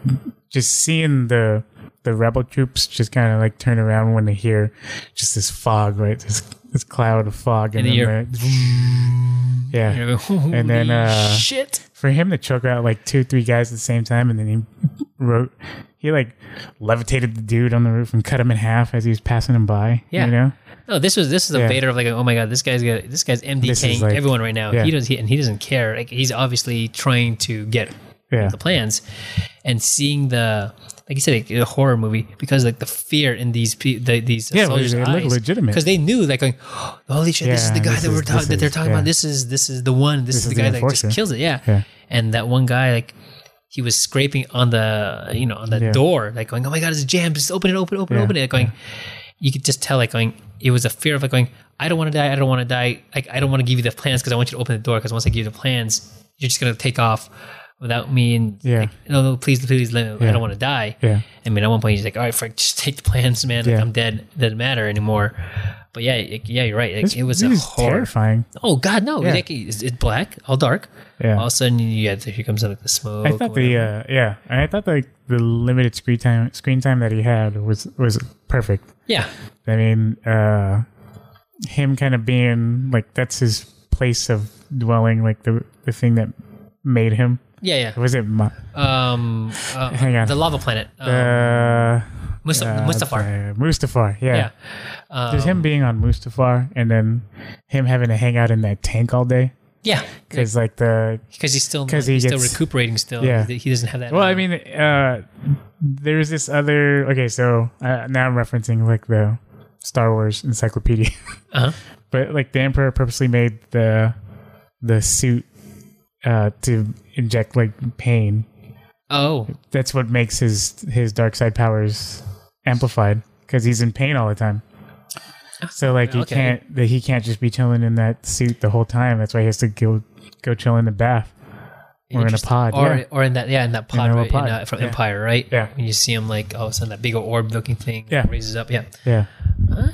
Speaker 3: just seeing the the rebel troops just kind of like turn around when they hear just this fog right this this cloud of fog
Speaker 2: And
Speaker 3: and, then
Speaker 2: you're-
Speaker 3: the- yeah
Speaker 2: You're like, Holy
Speaker 3: And then, uh,
Speaker 2: shit.
Speaker 3: for him to choke out like two, three guys at the same time, and then he wrote, he like levitated the dude on the roof and cut him in half as he was passing him by.
Speaker 2: Yeah.
Speaker 3: you know,
Speaker 2: No, this was this is a
Speaker 3: yeah.
Speaker 2: Vader of like, oh my god, this guy's got this guy's
Speaker 3: This
Speaker 2: MDKing
Speaker 3: is like-
Speaker 2: everyone right now.
Speaker 3: yeah.
Speaker 2: He does, he, and he doesn't care. Like he's obviously trying to get
Speaker 3: yeah,
Speaker 2: the plans, and seeing the like you said, like, a horror movie because like the fear in these pe- the, these
Speaker 3: Yeah,
Speaker 2: soldiers'
Speaker 3: it looked
Speaker 2: eyes
Speaker 3: legitimate.
Speaker 2: because they knew like going, holy shit, this is
Speaker 3: Yeah,
Speaker 2: the guy
Speaker 3: this
Speaker 2: that
Speaker 3: is-
Speaker 2: we're
Speaker 3: this
Speaker 2: talking that they're
Speaker 3: is-
Speaker 2: talking
Speaker 3: yeah.
Speaker 2: about. This is this is the one. This, is the
Speaker 3: is the
Speaker 2: guy that
Speaker 3: enforcer.
Speaker 2: just kills it. Yeah.
Speaker 3: Yeah.
Speaker 2: and that one guy like. He was scraping on the, you know, on the
Speaker 3: Yeah.
Speaker 2: door, like going, "Oh my god, it's jammed! Just open it, open it, open it,
Speaker 3: Yeah.
Speaker 2: open it!" Like going, you could just tell like going it was a fear of like going i don't want to die i don't want to die like i don't want to give you the plans because i want you to open the door because once i give you the plans you're just going to take off without me and
Speaker 3: Yeah.
Speaker 2: like, no no please please let me, i
Speaker 3: Yeah.
Speaker 2: don't want to die
Speaker 3: Yeah.
Speaker 2: i mean at one point he's like all right frank just take the plans man like
Speaker 3: Yeah.
Speaker 2: i'm dead doesn't matter anymore but yeah it- yeah you're right like,
Speaker 3: This
Speaker 2: it was a
Speaker 3: dude's
Speaker 2: horror
Speaker 3: terrifying.
Speaker 2: oh god no
Speaker 3: Yeah.
Speaker 2: like, it's, it's black all dark
Speaker 3: Yeah.
Speaker 2: all of a sudden you get here comes like the smoke
Speaker 3: I
Speaker 2: or
Speaker 3: thought the
Speaker 2: whatever.
Speaker 3: uh, yeah, and I thought like the limited screen time screen time that he had was was perfect.
Speaker 2: yeah
Speaker 3: I mean, uh, him kind of being like that's his place of dwelling, like the the thing that made him.
Speaker 2: yeah yeah
Speaker 3: Was it my,
Speaker 2: um uh,
Speaker 3: Hang on.
Speaker 2: the lava planet um,
Speaker 3: uh,
Speaker 2: Musta-
Speaker 3: uh,
Speaker 2: mustafar
Speaker 3: Mustafar,
Speaker 2: yeah.
Speaker 3: Just him being on Mustafar and then him having to hang out in that tank all day
Speaker 2: Yeah,
Speaker 3: because like the
Speaker 2: because he's still
Speaker 3: 'Cause
Speaker 2: he's
Speaker 3: he
Speaker 2: still
Speaker 3: gets-
Speaker 2: recuperating. Still,
Speaker 3: Yeah.
Speaker 2: He- he doesn't have that.
Speaker 3: well, I mean, uh, there's this other okay. So uh, now I'm referencing like the Star Wars encyclopedia,
Speaker 2: uh
Speaker 3: but like the Emperor purposely made the the suit uh, to inject like pain.
Speaker 2: oh,
Speaker 3: That's what makes his his dark side powers amplified because he's in pain all the time. So like he
Speaker 2: Okay.
Speaker 3: can't that he can't just be chilling in that suit the whole time. That's why he has to go go chill in the bath or in a
Speaker 2: Oh, interesting.
Speaker 3: pod.
Speaker 2: or
Speaker 3: yeah.
Speaker 2: or in that yeah in that pod,
Speaker 3: a
Speaker 2: right, in,
Speaker 3: pod.
Speaker 2: uh, from
Speaker 3: Yeah.
Speaker 2: Empire, right?
Speaker 3: Yeah.
Speaker 2: when you see him like all of a sudden that big old orb looking thing
Speaker 3: Yeah.
Speaker 2: raises up. Yeah.
Speaker 3: yeah.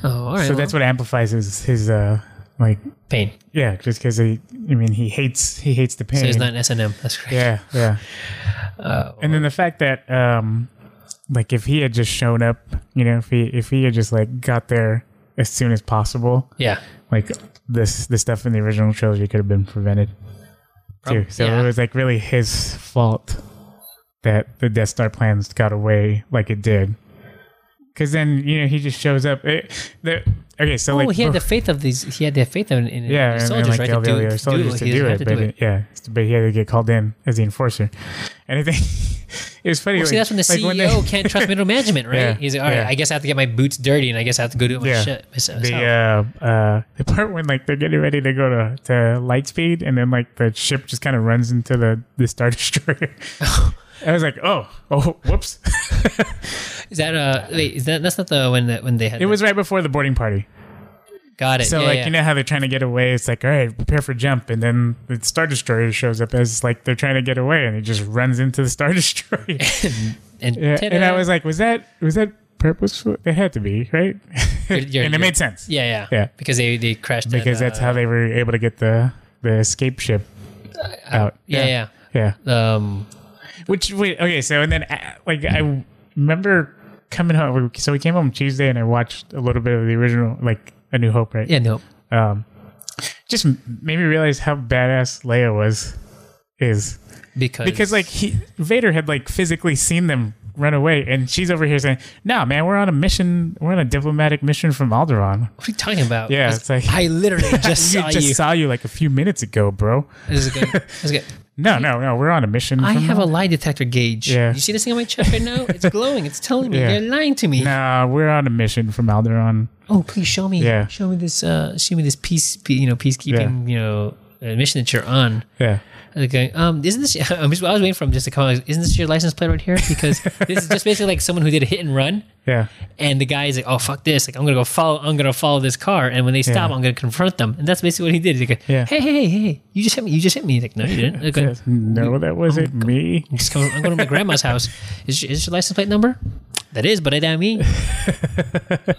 Speaker 2: Oh, all right.
Speaker 3: So that's
Speaker 2: well,
Speaker 3: what amplifies his his uh like
Speaker 2: pain.
Speaker 3: yeah just because he I mean he hates he hates the pain.
Speaker 2: So he's not an S and M. That's great.
Speaker 3: yeah yeah.
Speaker 2: Uh,
Speaker 3: And then the fact that um like if he had just shown up, you know, if he if he had just like got there as soon as possible,
Speaker 2: Yeah.
Speaker 3: like this the stuff in the original trilogy could have been prevented too.
Speaker 2: Prob-
Speaker 3: So
Speaker 2: yeah.
Speaker 3: it was like really his fault that the Death Star plans got away like it did. Because then you know he just shows up. It, the, okay, so
Speaker 2: oh,
Speaker 3: like
Speaker 2: he had the
Speaker 3: bef-
Speaker 2: faith of these. He had the faith in, in in
Speaker 3: yeah, and, and
Speaker 2: soldiers,
Speaker 3: like
Speaker 2: right?
Speaker 3: all
Speaker 2: to
Speaker 3: the
Speaker 2: do,
Speaker 3: other soldiers to
Speaker 2: He
Speaker 3: do
Speaker 2: doesn't
Speaker 3: it,
Speaker 2: have to
Speaker 3: but
Speaker 2: do it.
Speaker 3: it- yeah, but he had to get called in as the enforcer. And I think it was funny.
Speaker 2: Well, see,
Speaker 3: like-
Speaker 2: that's when the E
Speaker 3: like
Speaker 2: CEO can't trust middle management, right?
Speaker 3: Yeah,
Speaker 2: He's like, all right,
Speaker 3: yeah.
Speaker 2: I guess I have to get my boots dirty, and I guess I have to go do it
Speaker 3: Yeah.
Speaker 2: myself. shit myself.
Speaker 3: the uh, uh, the part when like they're getting ready to go to, to lightspeed and then like the ship just kind of runs into the the star destroyer. I was like, oh, oh, whoops!
Speaker 2: is that uh? Wait, is that that's not the when the, when they had
Speaker 3: It was right before the boarding party.
Speaker 2: got it.
Speaker 3: So
Speaker 2: yeah,
Speaker 3: like
Speaker 2: yeah.
Speaker 3: you know how they're trying to get away. It's like all right, prepare for jump, and then the star destroyer shows up as like they're trying to get away, and it just runs into the star destroyer.
Speaker 2: and, uh,
Speaker 3: yeah, and I
Speaker 2: ta-da.
Speaker 3: was like, was that was that purposeful? It had to be right,
Speaker 2: You're- you're-
Speaker 3: and it
Speaker 2: you're-
Speaker 3: made sense
Speaker 2: Yeah, yeah,
Speaker 3: Yeah.
Speaker 2: Because they they crashed at,
Speaker 3: because that's
Speaker 2: uh,
Speaker 3: how they were able to get the the escape ship out.
Speaker 2: Uh, yeah, yeah.
Speaker 3: yeah.
Speaker 2: Um,
Speaker 3: Which wait, okay, so and then uh, like I remember coming home. So we came home Tuesday, and I watched a little bit of the original, like A New Hope, right?
Speaker 2: yeah, no,
Speaker 3: Um, just m- made me realize how badass Leia was, is
Speaker 2: because
Speaker 3: because like he Vader had like physically seen them run away, and she's over here saying, "No, man, we're on a mission. We're on a diplomatic mission from Alderaan."
Speaker 2: what are you talking about?
Speaker 3: Yeah,
Speaker 2: I was-
Speaker 3: it's like-
Speaker 2: I literally just saw
Speaker 3: you just
Speaker 2: you.
Speaker 3: saw you like a few minutes ago, bro.
Speaker 2: This is good. This is good.
Speaker 3: No, no, no. We're on a mission.
Speaker 2: I
Speaker 3: from
Speaker 2: have a
Speaker 3: Alderaan.
Speaker 2: lie detector gauge.
Speaker 3: Yeah.
Speaker 2: You see this thing on my chest right now? It's glowing. It's telling me
Speaker 3: Yeah.
Speaker 2: you're lying to me.
Speaker 3: Nah, we're on a mission from Alderaan.
Speaker 2: Oh, please show me.
Speaker 3: Yeah.
Speaker 2: Show me this. Uh, show me this peace. pe- You know, peacekeeping. You know, uh, mission that you're on.
Speaker 3: Yeah.
Speaker 2: Okay. Um, isn't this? I'm just, I was waiting for him just to come. out, Isn't this your license plate right here? Because this is just basically like someone who did a hit and run,
Speaker 3: Yeah.
Speaker 2: and the guy is like, "Oh fuck this! Like I'm gonna go follow. I'm gonna follow this car, and when they stop,
Speaker 3: Yeah.
Speaker 2: I'm gonna confront them." And that's basically what he did. He's like,
Speaker 3: Yeah.
Speaker 2: "Hey, hey, hey, hey! You just hit me! You just hit me!" He's like, "No, you didn't." Okay.
Speaker 3: Yes. No, that wasn't me.
Speaker 2: I'm, just coming, I'm going to my grandma's house. Is, is your license plate number? That is, but it ain't me.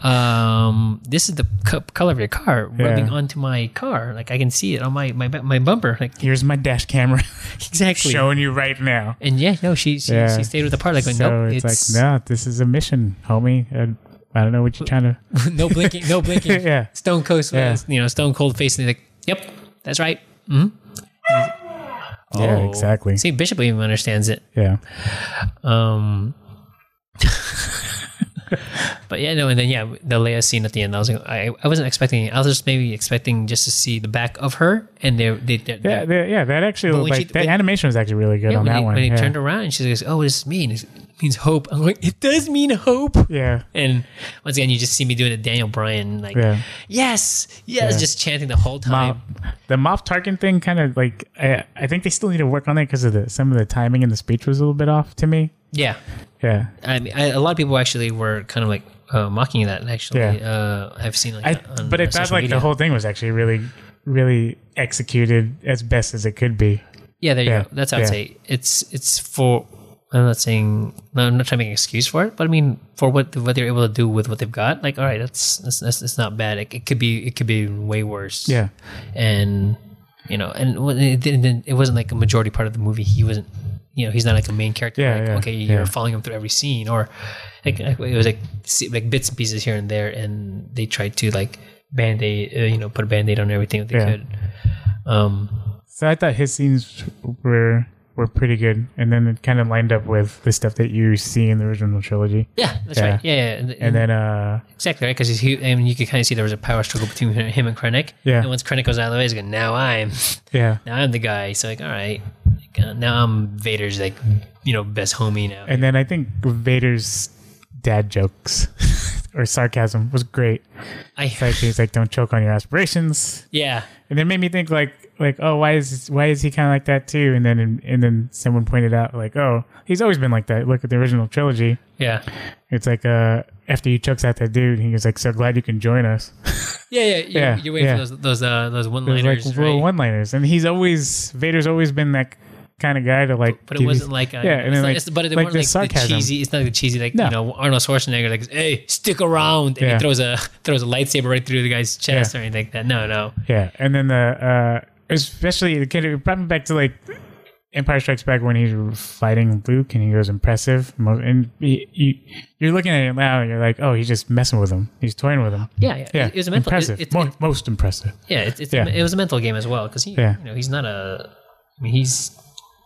Speaker 2: um, this is the co- color of your car rubbing
Speaker 3: Yeah.
Speaker 2: onto my car. Like I can see it on my my, ba- my bumper. Like
Speaker 3: Here's my dash camera
Speaker 2: exactly.
Speaker 3: showing you right now.
Speaker 2: And yeah, no, she she,
Speaker 3: Yeah.
Speaker 2: she stayed with the part. Like,
Speaker 3: so
Speaker 2: nope,
Speaker 3: it's,
Speaker 2: it's,
Speaker 3: like, no, this is a mission, homie. I, I don't know what you're trying to.
Speaker 2: no, blinking, no blinking.
Speaker 3: Yeah.
Speaker 2: Stone Coast, uh,
Speaker 3: Yeah.
Speaker 2: you know, Stone Cold face, and they're like, yep, that's right. hmm
Speaker 3: Yeah, exactly.
Speaker 2: Oh. See, Bishop even understands it.
Speaker 3: Yeah.
Speaker 2: Um, but yeah, no, and then yeah, the Leia scene at the end, I was like, I, I wasn't expecting. it. I was just maybe expecting just to see the back of her, and they they, they
Speaker 3: Yeah, the, yeah, that actually,
Speaker 2: But when
Speaker 3: like,
Speaker 2: she-
Speaker 3: that
Speaker 2: when-
Speaker 3: animation was actually really good
Speaker 2: yeah,
Speaker 3: on
Speaker 2: when,
Speaker 3: that
Speaker 2: he,
Speaker 3: one.
Speaker 2: when he
Speaker 3: yeah.
Speaker 2: turned around, she goes, "Oh, what does this mean? It means hope." I'm like, "It does mean hope."
Speaker 3: yeah,
Speaker 2: And once again, you just see me doing the Daniel Bryan, like,
Speaker 3: Yeah.
Speaker 2: "Yes, yes,"
Speaker 3: Yeah.
Speaker 2: just chanting the whole time.
Speaker 3: Moff, the Moff Tarkin thing kind of like, I, I think they still need to work on that because of the, some of the timing and the speech was a little bit off to me.
Speaker 2: Yeah,
Speaker 3: Yeah.
Speaker 2: I mean, I, a lot of people actually were kind of like uh, mocking that. Actually,
Speaker 3: Yeah.
Speaker 2: uh, I've seen like,
Speaker 3: I,
Speaker 2: that on,
Speaker 3: but
Speaker 2: uh,
Speaker 3: it felt
Speaker 2: social
Speaker 3: like
Speaker 2: media.
Speaker 3: the whole thing was actually really, really executed as best as it could be.
Speaker 2: Yeah, there you
Speaker 3: Yeah,
Speaker 2: go. That's how I'd
Speaker 3: yeah.
Speaker 2: say it's it's for. I'm not saying no, I'm not trying to make an excuse for it, but I mean for what what they're able to do with what they've got. Like, all right, that's that's that's, that's not bad. It, it could be it could be way worse.
Speaker 3: Yeah.
Speaker 2: and you know, and when it didn't. It wasn't like a majority part of the movie. He wasn't. You know, he's not like a main character.
Speaker 3: Yeah,
Speaker 2: like,
Speaker 3: yeah,
Speaker 2: okay, you're
Speaker 3: yeah.
Speaker 2: following him through every scene, or like, like, it was like see- like bits and pieces here and there, and they tried to like band aid, uh, you know, put a band aid on everything that they
Speaker 3: Yeah.
Speaker 2: could. Um,
Speaker 3: So I thought his scenes were were pretty good, and then it kind of lined up with the stuff that you see in the original trilogy.
Speaker 2: Yeah, that's
Speaker 3: Yeah.
Speaker 2: right. Yeah, yeah. And,
Speaker 3: And then, uh,
Speaker 2: exactly right because he's huge, and you can kind of see there was a power struggle between him and Krennic.
Speaker 3: Yeah.
Speaker 2: And once Krennic goes out of the way, he's like, "Now I'm,
Speaker 3: yeah,
Speaker 2: now I'm the guy." So like, all right, Like, uh, now I'm Vader's like, you know, best homie now.
Speaker 3: and then I think Vader's dad jokes or sarcasm was great.
Speaker 2: I,
Speaker 3: Like he's like, "Don't choke on your aspirations,"
Speaker 2: yeah,
Speaker 3: and it made me think like like oh why is why is he kind of like that too? And then and then someone pointed out like oh he's always been like that. Look at the original trilogy.
Speaker 2: yeah,
Speaker 3: It's like uh after he chokes out that dude, he was like, "So glad you can join us."
Speaker 2: yeah, yeah. You're,
Speaker 3: Yeah,
Speaker 2: you're waiting
Speaker 3: yeah.
Speaker 2: for those those uh, those one
Speaker 3: There's
Speaker 2: liners,
Speaker 3: like
Speaker 2: right?
Speaker 3: little one-liners, and he's always Vader's always been that kind of guy to like.
Speaker 2: but it
Speaker 3: give
Speaker 2: wasn't
Speaker 3: you-
Speaker 2: like uh
Speaker 3: yeah, and
Speaker 2: it's
Speaker 3: then
Speaker 2: not-
Speaker 3: like,
Speaker 2: it's- but it
Speaker 3: like
Speaker 2: weren't
Speaker 3: the
Speaker 2: like
Speaker 3: sarcasm.
Speaker 2: the cheesy. It's not the cheesy like
Speaker 3: No.
Speaker 2: you know Arnold Schwarzenegger like, hey, stick around, and
Speaker 3: Yeah.
Speaker 2: he throws a throws a lightsaber right through the guy's chest
Speaker 3: Yeah.
Speaker 2: or anything like that. No, no,
Speaker 3: Yeah, and then the uh, especially it kind of brought me back to like Empire Strikes Back when he's fighting Luke and he goes impressive, mo- and he, he, you're looking at it now and you're like, oh, he's just messing with him. He's toying with him.
Speaker 2: Yeah, yeah.
Speaker 3: yeah.
Speaker 2: It, it was a mental.
Speaker 3: impressive.
Speaker 2: It, it,
Speaker 3: Mo-
Speaker 2: it-
Speaker 3: most impressive.
Speaker 2: yeah, it, it's,
Speaker 3: Yeah.
Speaker 2: it was a mental game as well because he,
Speaker 3: Yeah.
Speaker 2: you know, he's not a. I mean, he's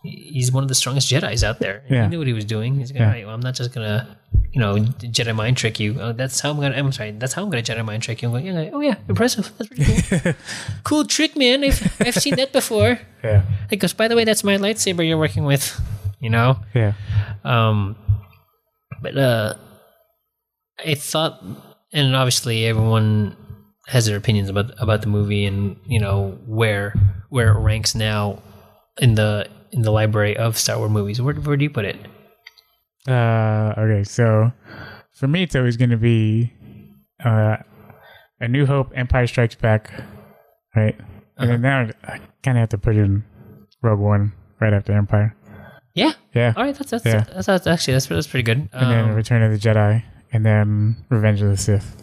Speaker 2: he's one of the strongest Jedi's out there.
Speaker 3: Yeah.
Speaker 2: He knew what he was doing. He's like,
Speaker 3: Yeah.
Speaker 2: all right, well, I'm not just gonna, you know, Jedi mind trick you. Oh, that's how I'm gonna. I'm sorry, that's how I'm gonna Jedi mind trick you. I'm going, yeah, like, oh yeah, impressive. That's pretty cool. cool trick, man. I've I've seen that before.
Speaker 3: Yeah,
Speaker 2: He goes, by the way, that's my lightsaber you're working with. You know,
Speaker 3: yeah,
Speaker 2: Um, but uh, I thought, and obviously everyone has their opinions about about the movie and you know where where it ranks now in the in the library of Star Wars movies. Where where do you put it?
Speaker 3: Uh, okay, so for me, it's always going to be uh, A New Hope, Empire Strikes Back, right? And then
Speaker 2: Uh-huh.
Speaker 3: now I kind of have to put in Rogue One right after Empire.
Speaker 2: Yeah.
Speaker 3: Yeah.
Speaker 2: All right. That's that's,
Speaker 3: Yeah.
Speaker 2: that's, that's actually that's that's pretty good.
Speaker 3: And then
Speaker 2: Um,
Speaker 3: Return of the Jedi, and then Revenge of the Sith.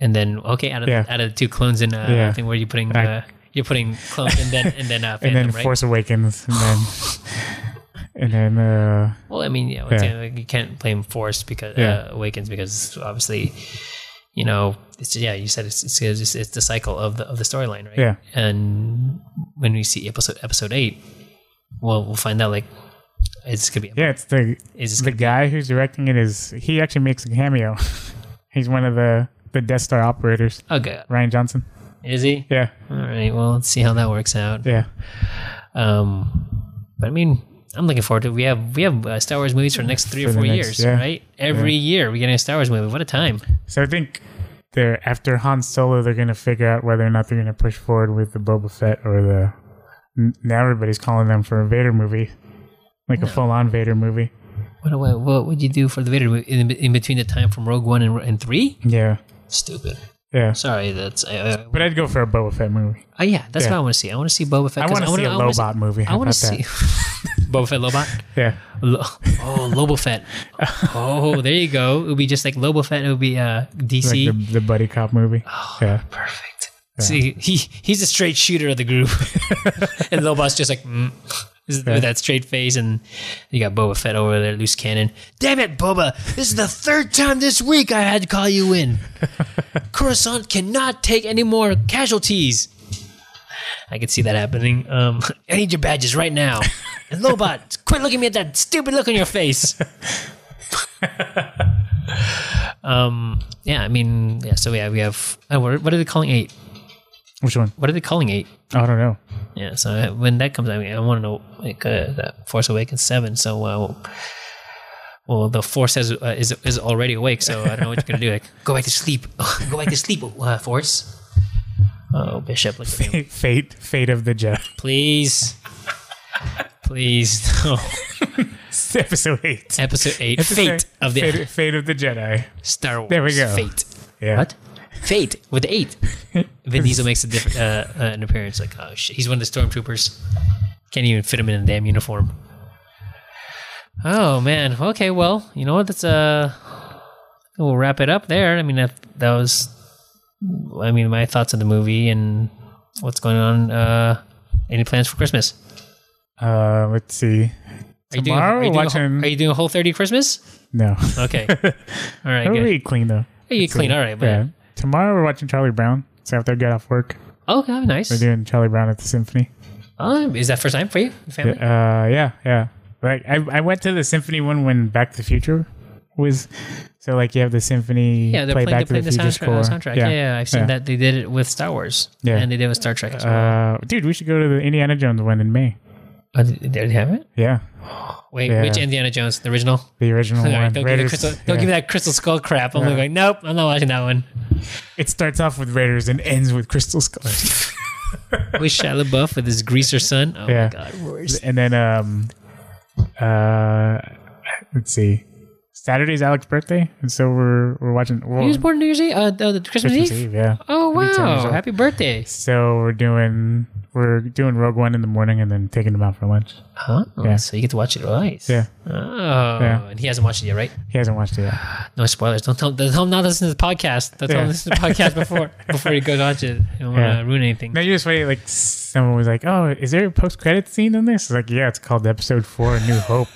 Speaker 2: and then okay, out of
Speaker 3: Yeah.
Speaker 2: out of the two clones in uh,
Speaker 3: Yeah.
Speaker 2: I think where are you putting
Speaker 3: I-
Speaker 2: uh, you're putting clones and then and then uh,
Speaker 3: And
Speaker 2: Phantom,
Speaker 3: then
Speaker 2: right?
Speaker 3: Force Awakens, and then and then uh,
Speaker 2: Well, I mean, yeah, once again, like, you can't blame Force because
Speaker 3: Yeah.
Speaker 2: uh, Awakens because obviously, you know, it's yeah, you said it's it's, it's, it's the cycle of the of the storyline, right?
Speaker 3: Yeah.
Speaker 2: And when we see episode episode eight, well, we'll find out like it's gonna be
Speaker 3: yeah, it's the
Speaker 2: is this
Speaker 3: the
Speaker 2: gonna,
Speaker 3: guy who's directing it is he actually makes a cameo. He's one of the the Death Star operators,
Speaker 2: oh god
Speaker 3: Ryan Johnson.
Speaker 2: is he?
Speaker 3: Yeah,
Speaker 2: All right. Well, let's see how that works out.
Speaker 3: yeah.
Speaker 2: Um, but I mean. I'm looking forward to. We have we have uh, Star Wars movies for the next three or
Speaker 3: For the
Speaker 2: four
Speaker 3: next-
Speaker 2: years,
Speaker 3: yeah.
Speaker 2: right? Every year we're getting a Star Wars movie. What a time!
Speaker 3: So I think they're after Han Solo, they're gonna figure out whether or not they're gonna push forward with the Boba Fett or the. n- Now everybody's calling them for a Vader movie, like a full-on Vader movie.
Speaker 2: What, what what would you do for the Vader movie in, in between the time from Rogue One and, and three?
Speaker 3: Yeah,
Speaker 2: Stupid.
Speaker 3: yeah.
Speaker 2: Sorry, that's. Uh,
Speaker 3: But I'd go for a Boba Fett movie.
Speaker 2: uh, yeah, that's
Speaker 3: Yeah.
Speaker 2: what I want to see. I want to see Boba Fett.
Speaker 3: I
Speaker 2: 'cause
Speaker 3: want to see a
Speaker 2: wanna- I wanna
Speaker 3: Lobot movie.
Speaker 2: I
Speaker 3: How
Speaker 2: want to
Speaker 3: about that?
Speaker 2: see Boba Fett Lobot.
Speaker 3: Yeah,
Speaker 2: Lo- oh, Lobo Fett. Oh, there you go. It would be just like Lobo Fett. It would be uh,
Speaker 3: like
Speaker 2: DC.
Speaker 3: the, the buddy cop movie.
Speaker 2: Oh.
Speaker 3: yeah,
Speaker 2: Perfect. See, he he's a straight shooter of the group, and Lobot's just like mm, with that straight face, and you got Boba Fett over there, loose cannon. Damn it, Boba! This is the third time this week I had to call you in. Coruscant cannot take any more casualties. I could see that happening. Um, I need your badges right now. And Lobot, quit looking at me at that stupid look on your face. um, yeah, I mean, yeah. So yeah, we have. Oh, what are- what are they calling eight?
Speaker 3: which one?
Speaker 2: What are they calling eight?
Speaker 3: I don't know.
Speaker 2: Yeah, so uh, when that comes, I mean, I want to know like uh, that Force Awakens seven. So, uh, well, the Force has, uh, is is already awake. So I don't know what you're gonna do. Like, go back to sleep. go back to sleep, uh, Force. Oh, Bishop, look at me,
Speaker 3: Fate, Fate of the Jedi,
Speaker 2: please, please. No.
Speaker 3: It's episode eight.
Speaker 2: Episode eight, Fate of the
Speaker 3: Fate, Fate of the Jedi.
Speaker 2: Star Wars.
Speaker 3: There we go.
Speaker 2: Fate.
Speaker 3: Yeah.
Speaker 2: What? Fate with the eight. Vin Diesel makes a different uh, uh, an appearance. Like, oh shit, he's one of the stormtroopers. Can't even fit him in a damn uniform. Oh man. Okay. Well, you know what? That's uh, we'll wrap it up there. I mean, that that was. I mean, my thoughts on the movie and what's going on. Uh, any plans for Christmas?
Speaker 3: Uh, let's see.
Speaker 2: Are you doing,
Speaker 3: Tomorrow
Speaker 2: are you doing a,
Speaker 3: watching-
Speaker 2: whole- are you doing a whole thirty Christmas?
Speaker 3: No,
Speaker 2: Okay. All right.
Speaker 3: I'm
Speaker 2: good.
Speaker 3: really clean though.
Speaker 2: Hey, you clean. All right. But,
Speaker 3: Yeah. Tomorrow we're watching Charlie Brown. So after I get off work,
Speaker 2: Okay. Nice.
Speaker 3: we're doing Charlie Brown at the symphony.
Speaker 2: Oh, is that first time for you, your
Speaker 3: Uh,
Speaker 2: family?
Speaker 3: yeah, yeah. Like I, I went to the symphony one when Back to the Future was. So like you have the symphony.
Speaker 2: Yeah, they're
Speaker 3: play
Speaker 2: playing,
Speaker 3: Back
Speaker 2: they're
Speaker 3: to
Speaker 2: playing the,
Speaker 3: Future
Speaker 2: soundtrack, uh,
Speaker 3: score.
Speaker 2: soundtrack. Yeah, yeah, I've seen
Speaker 3: yeah.
Speaker 2: that. They did it with Star Wars.
Speaker 3: Yeah.
Speaker 2: And they did it with Star Trek as well.
Speaker 3: Uh, dude, we should go to the Indiana Jones one in May.
Speaker 2: Oh, did did they have it?
Speaker 3: Yeah,
Speaker 2: Wait,
Speaker 3: Yeah.
Speaker 2: which Indiana Jones? The original?
Speaker 3: the original
Speaker 2: All right, don't
Speaker 3: one.
Speaker 2: give, me
Speaker 3: Raiders,
Speaker 2: crystal, don't
Speaker 3: yeah.
Speaker 2: give me that crystal skull crap. I'm like, nope, I'm not watching that one.
Speaker 3: It starts off with Raiders and ends with Crystal Skull.
Speaker 2: With Shia LaBeouf with his greaser son. Oh
Speaker 3: Yeah.
Speaker 2: my god, worst.
Speaker 3: and then um, uh, let's see. Saturday's Alex's birthday, and so we're we're watching.
Speaker 2: He
Speaker 3: Well,
Speaker 2: was born New Year's Eve, uh, the, the Christmas,
Speaker 3: Christmas
Speaker 2: Eve.
Speaker 3: Eve, yeah.
Speaker 2: Oh
Speaker 3: He'll be 10 years
Speaker 2: wow,
Speaker 3: old.
Speaker 2: happy birthday!
Speaker 3: So we're doing we're doing Rogue One in the morning and then taking them out for lunch.
Speaker 2: Huh?
Speaker 3: Yeah.
Speaker 2: Oh, So you get to watch it twice.
Speaker 3: Yeah.
Speaker 2: Oh,
Speaker 3: Yeah.
Speaker 2: and he hasn't watched it yet, right?
Speaker 3: He hasn't watched it yet.
Speaker 2: No spoilers. Don't tell, don't tell him not to listen to the podcast. Don't tell him
Speaker 3: Yeah.
Speaker 2: to listen to the podcast before before he goes watch it. You don't want
Speaker 3: Yeah.
Speaker 2: to ruin anything.
Speaker 3: No, you just wait. Like someone was like, "Oh, is there a post-credit scene in this?" It's like, yeah, it's called Episode Four: New Hope.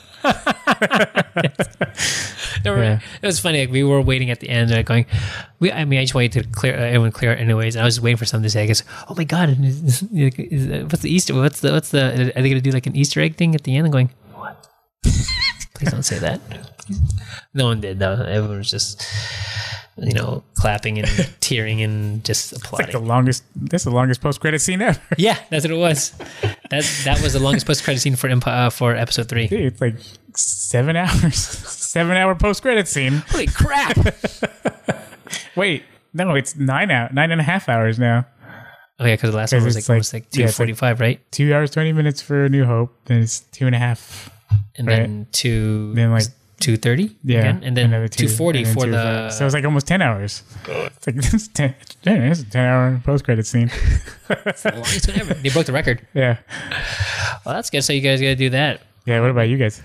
Speaker 2: They were-
Speaker 3: Yeah.
Speaker 2: It was funny. Like we were waiting at the end, like going, "We." I mean, I just wanted to clear uh, everyone clear it anyways. And I was just waiting for something to say. I guess, "Oh my god, and is- is- is- uh, what's the Easter? What's the what's the? Are they gonna do like an Easter egg thing at the end?" I'm going, "What? Please don't say that." No one did. No, everyone was just, you know, clapping and tearing and just applauding.
Speaker 3: Like the longest. That's the longest post-credit scene ever.
Speaker 2: yeah, that's what it was. That that was the longest post credit scene for Empi- uh, for episode three.
Speaker 3: Dude, it's like seven hours. Seven-hour post-credit scene.
Speaker 2: Holy crap!
Speaker 3: Wait, no, it's nine out, nine and a half hours now.
Speaker 2: Oh yeah, because the last one
Speaker 3: 'Cause
Speaker 2: was like
Speaker 3: it's like-
Speaker 2: almost like
Speaker 3: yeah,
Speaker 2: two
Speaker 3: it's like-
Speaker 2: forty five, right?
Speaker 3: Two hours twenty minutes for New Hope. Then it's two and a half.
Speaker 2: and
Speaker 3: Right.
Speaker 2: then to
Speaker 3: Then, like-
Speaker 2: two thirty,
Speaker 3: Yeah,
Speaker 2: and then
Speaker 3: another
Speaker 2: two
Speaker 3: two-
Speaker 2: forty
Speaker 3: and then
Speaker 2: for
Speaker 3: two
Speaker 2: the.
Speaker 3: So it's like almost ten hours. It's like this is ten. yeah, This is a ten-hour post-credit scene.
Speaker 2: longest one ever. Oh, They broke the record.
Speaker 3: Yeah,
Speaker 2: Well, that's good. So you guys got to do that.
Speaker 3: yeah. What about you guys?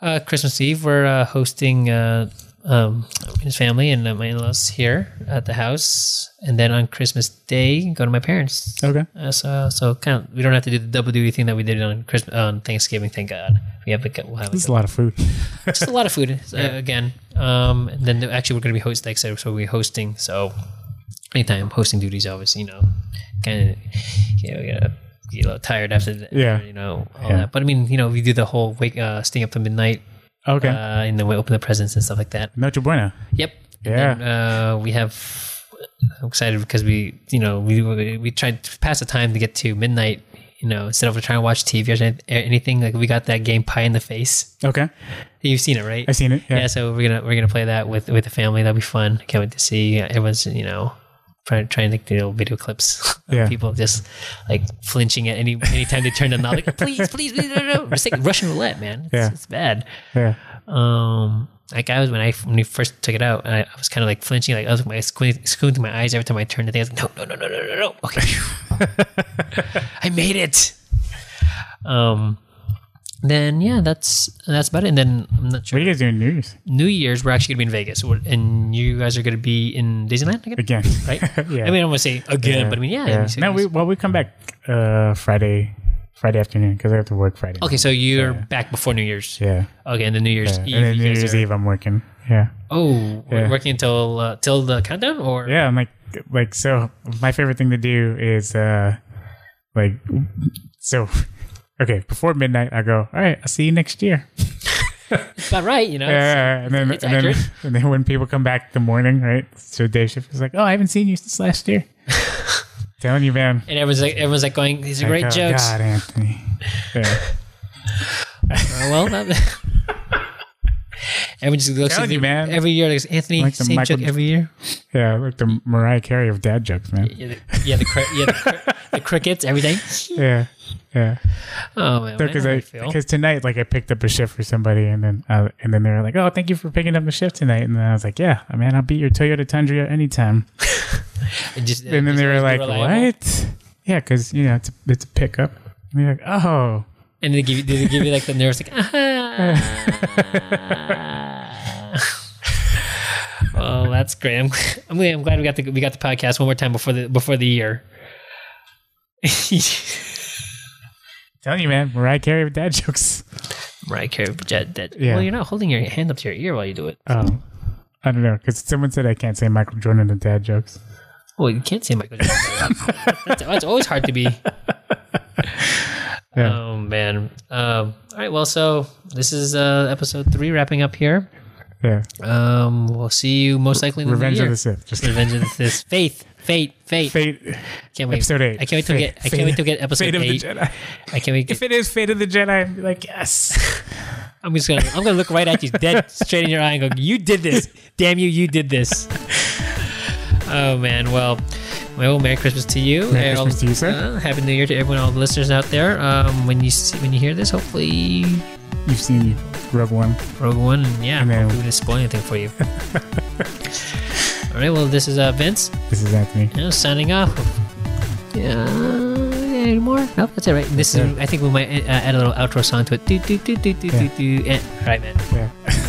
Speaker 2: Uh, Christmas Eve, we're uh, hosting uh, um, his family and uh, my in-laws here at the house, and then on Christmas Day, go to my parents.
Speaker 3: Okay.
Speaker 2: Uh, so, so kind of, we don't have to do the double duty thing that we did on Christmas, on Thanksgiving. Thank God, we have like, a- we'll have like,
Speaker 3: This is a lot of food.
Speaker 2: just a lot of food uh, again. Um, and then actually we're going to be host like I said, so we'll be hosting. So anytime hosting duties, obviously, you know, kind of you know, we gotta get a little tired after the,
Speaker 3: Yeah.
Speaker 2: you know, all
Speaker 3: Yeah.
Speaker 2: that. But I mean, you know, we do the whole wake, uh, staying up to midnight,
Speaker 3: Okay.
Speaker 2: uh, and then we open the presents and stuff like that.
Speaker 3: Noche buena.
Speaker 2: Yep.
Speaker 3: Yeah.
Speaker 2: And, uh, we have. I'm excited because we, you know, we we tried to pass the time to get to midnight. You know, instead of trying to watch TV or anything, like we got that game Pie in the Face.
Speaker 3: Okay.
Speaker 2: You've seen it, right?
Speaker 3: I've seen it,
Speaker 2: Yeah.
Speaker 3: yeah.
Speaker 2: so we're gonna we're gonna play that with with the family. That'll be fun. Can't wait to see everyone's you know trying trying to do little video clips. of
Speaker 3: Yeah.
Speaker 2: People just like flinching at any any time they turn on. Like please, please, please, no, no. It's like Russian roulette, man. It's,
Speaker 3: Yeah.
Speaker 2: it's bad.
Speaker 3: Yeah.
Speaker 2: Um, like I was when I when we first took it out, I, I was kind of like flinching, like I was my squint, squinting my eyes every time I turned the thing. I was like, no, no, no, no, no, no, no. Okay, I made it. Um, then yeah, that's that's about it. And then I'm not
Speaker 3: What
Speaker 2: sure.
Speaker 3: are you guys doing New Year's
Speaker 2: New Year's, we're actually gonna be in Vegas, We're- and you guys are gonna be in Disneyland again,
Speaker 3: again?
Speaker 2: right?
Speaker 3: yeah.
Speaker 2: I mean, I don't want to say again,
Speaker 3: Yeah.
Speaker 2: but I mean, yeah.
Speaker 3: Yeah.
Speaker 2: so
Speaker 3: No,
Speaker 2: you-
Speaker 3: we well we come back uh Friday, Friday afternoon because I have to work Friday.
Speaker 2: okay, so you're back before New Year's.
Speaker 3: Yeah.
Speaker 2: Okay, and then New Year's
Speaker 3: yeah.
Speaker 2: Eve.
Speaker 3: and then
Speaker 2: you
Speaker 3: New
Speaker 2: guys
Speaker 3: Year's
Speaker 2: are-
Speaker 3: Eve I'm working. Yeah.
Speaker 2: Oh, we're
Speaker 3: Yeah.
Speaker 2: working until uh, till the countdown, or
Speaker 3: Yeah. I'm like like so. My favorite thing to do is uh like so. Okay, before midnight, I go. All right, I'll see you next year.
Speaker 2: about right, you know.
Speaker 3: Yeah, yeah, and then
Speaker 2: it's
Speaker 3: and then,
Speaker 2: accurate.
Speaker 3: and then when people come back the morning, right? So day shift is like, oh, I haven't seen you since last year. Telling you, man.
Speaker 2: And everyone's like, everyone's like going, these are great
Speaker 3: Like, oh,
Speaker 2: jokes.
Speaker 3: God, Anthony. Yeah.
Speaker 2: Uh, well, that, everyone just looks
Speaker 3: Telling
Speaker 2: at
Speaker 3: you,
Speaker 2: the-
Speaker 3: man.
Speaker 2: every year. Like, Anthony,
Speaker 3: Like the
Speaker 2: same
Speaker 3: Michael-
Speaker 2: joke every year.
Speaker 3: Yeah, like the Mariah Carey of dad jokes, man.
Speaker 2: Yeah, the yeah, the, cri- yeah, the, cri- the crickets, everything.
Speaker 3: Yeah, yeah.
Speaker 2: Oh man, I know how you
Speaker 3: Because
Speaker 2: feel.
Speaker 3: because tonight, like, I picked up a shift for somebody, and then uh, and then they were like, "Oh, thank you for picking up the shift tonight." And then I was like, "Yeah, man, I'll beat your Toyota Tundra anytime."
Speaker 2: And just-
Speaker 3: And
Speaker 2: just
Speaker 3: then they were
Speaker 2: be
Speaker 3: like,
Speaker 2: reliable.
Speaker 3: "What?" Yeah, because you know it's a, it's a pickup. And they're like, "Oh,
Speaker 2: And they give you, they give you like the nerves, like, ah. oh, that's great. I'm, I'm, glad- I'm glad we got the we got the podcast one more time before the before the year.
Speaker 3: telling you, man, Mariah Carey of dad jokes."
Speaker 2: Mariah Carey, Jet, that,
Speaker 3: Yeah.
Speaker 2: Well, you're not holding your hand up to your ear while you do it.
Speaker 3: Oh, I don't know, because someone said I can't say Michael Jordan and dad jokes.
Speaker 2: Well, you can't say Michael Jordan. that's, that's always hard to be.
Speaker 3: Yeah.
Speaker 2: Oh man. Um, all right. Well, so this is uh, episode three wrapping up here.
Speaker 3: Yeah,
Speaker 2: Um, we'll see you most likely in the new
Speaker 3: Revenge
Speaker 2: year.
Speaker 3: of the Sith, just
Speaker 2: Revenge of the Sith. Faith. Fate. Fate.
Speaker 3: fate.
Speaker 2: Can't wait.
Speaker 3: Episode eight.
Speaker 2: I can't wait to
Speaker 3: Fate-
Speaker 2: get. I can't wait to get episode
Speaker 3: Fate of the
Speaker 2: eight.
Speaker 3: Jedi.
Speaker 2: I can't wait.
Speaker 3: If it is Fate of the Jedi, I'd be like, yes.
Speaker 2: I'm just gonna. I'm gonna look right at you, dead straight in your eye, and go, "You did this. Damn you. You did this." Oh man. Well. Well, Merry Christmas to you.
Speaker 3: Merry
Speaker 2: and all-
Speaker 3: Christmas to you, sir.
Speaker 2: Uh, Happy New Year to everyone, all the listeners out there. Um, when you see, when you hear this, hopefully
Speaker 3: You've seen Rogue One.
Speaker 2: Rogue One, yeah,
Speaker 3: I know.
Speaker 2: hopefully we didn't spoil anything for you. all right. Well, this is uh, Vince.
Speaker 3: This is Anthony.
Speaker 2: you know, signing off. Yeah. there anymore? Nope, that's all right. And this is, I think we might uh, add a little outro song to it. Do, do, do, do, do, do, do. And, all right, man.
Speaker 3: Yeah.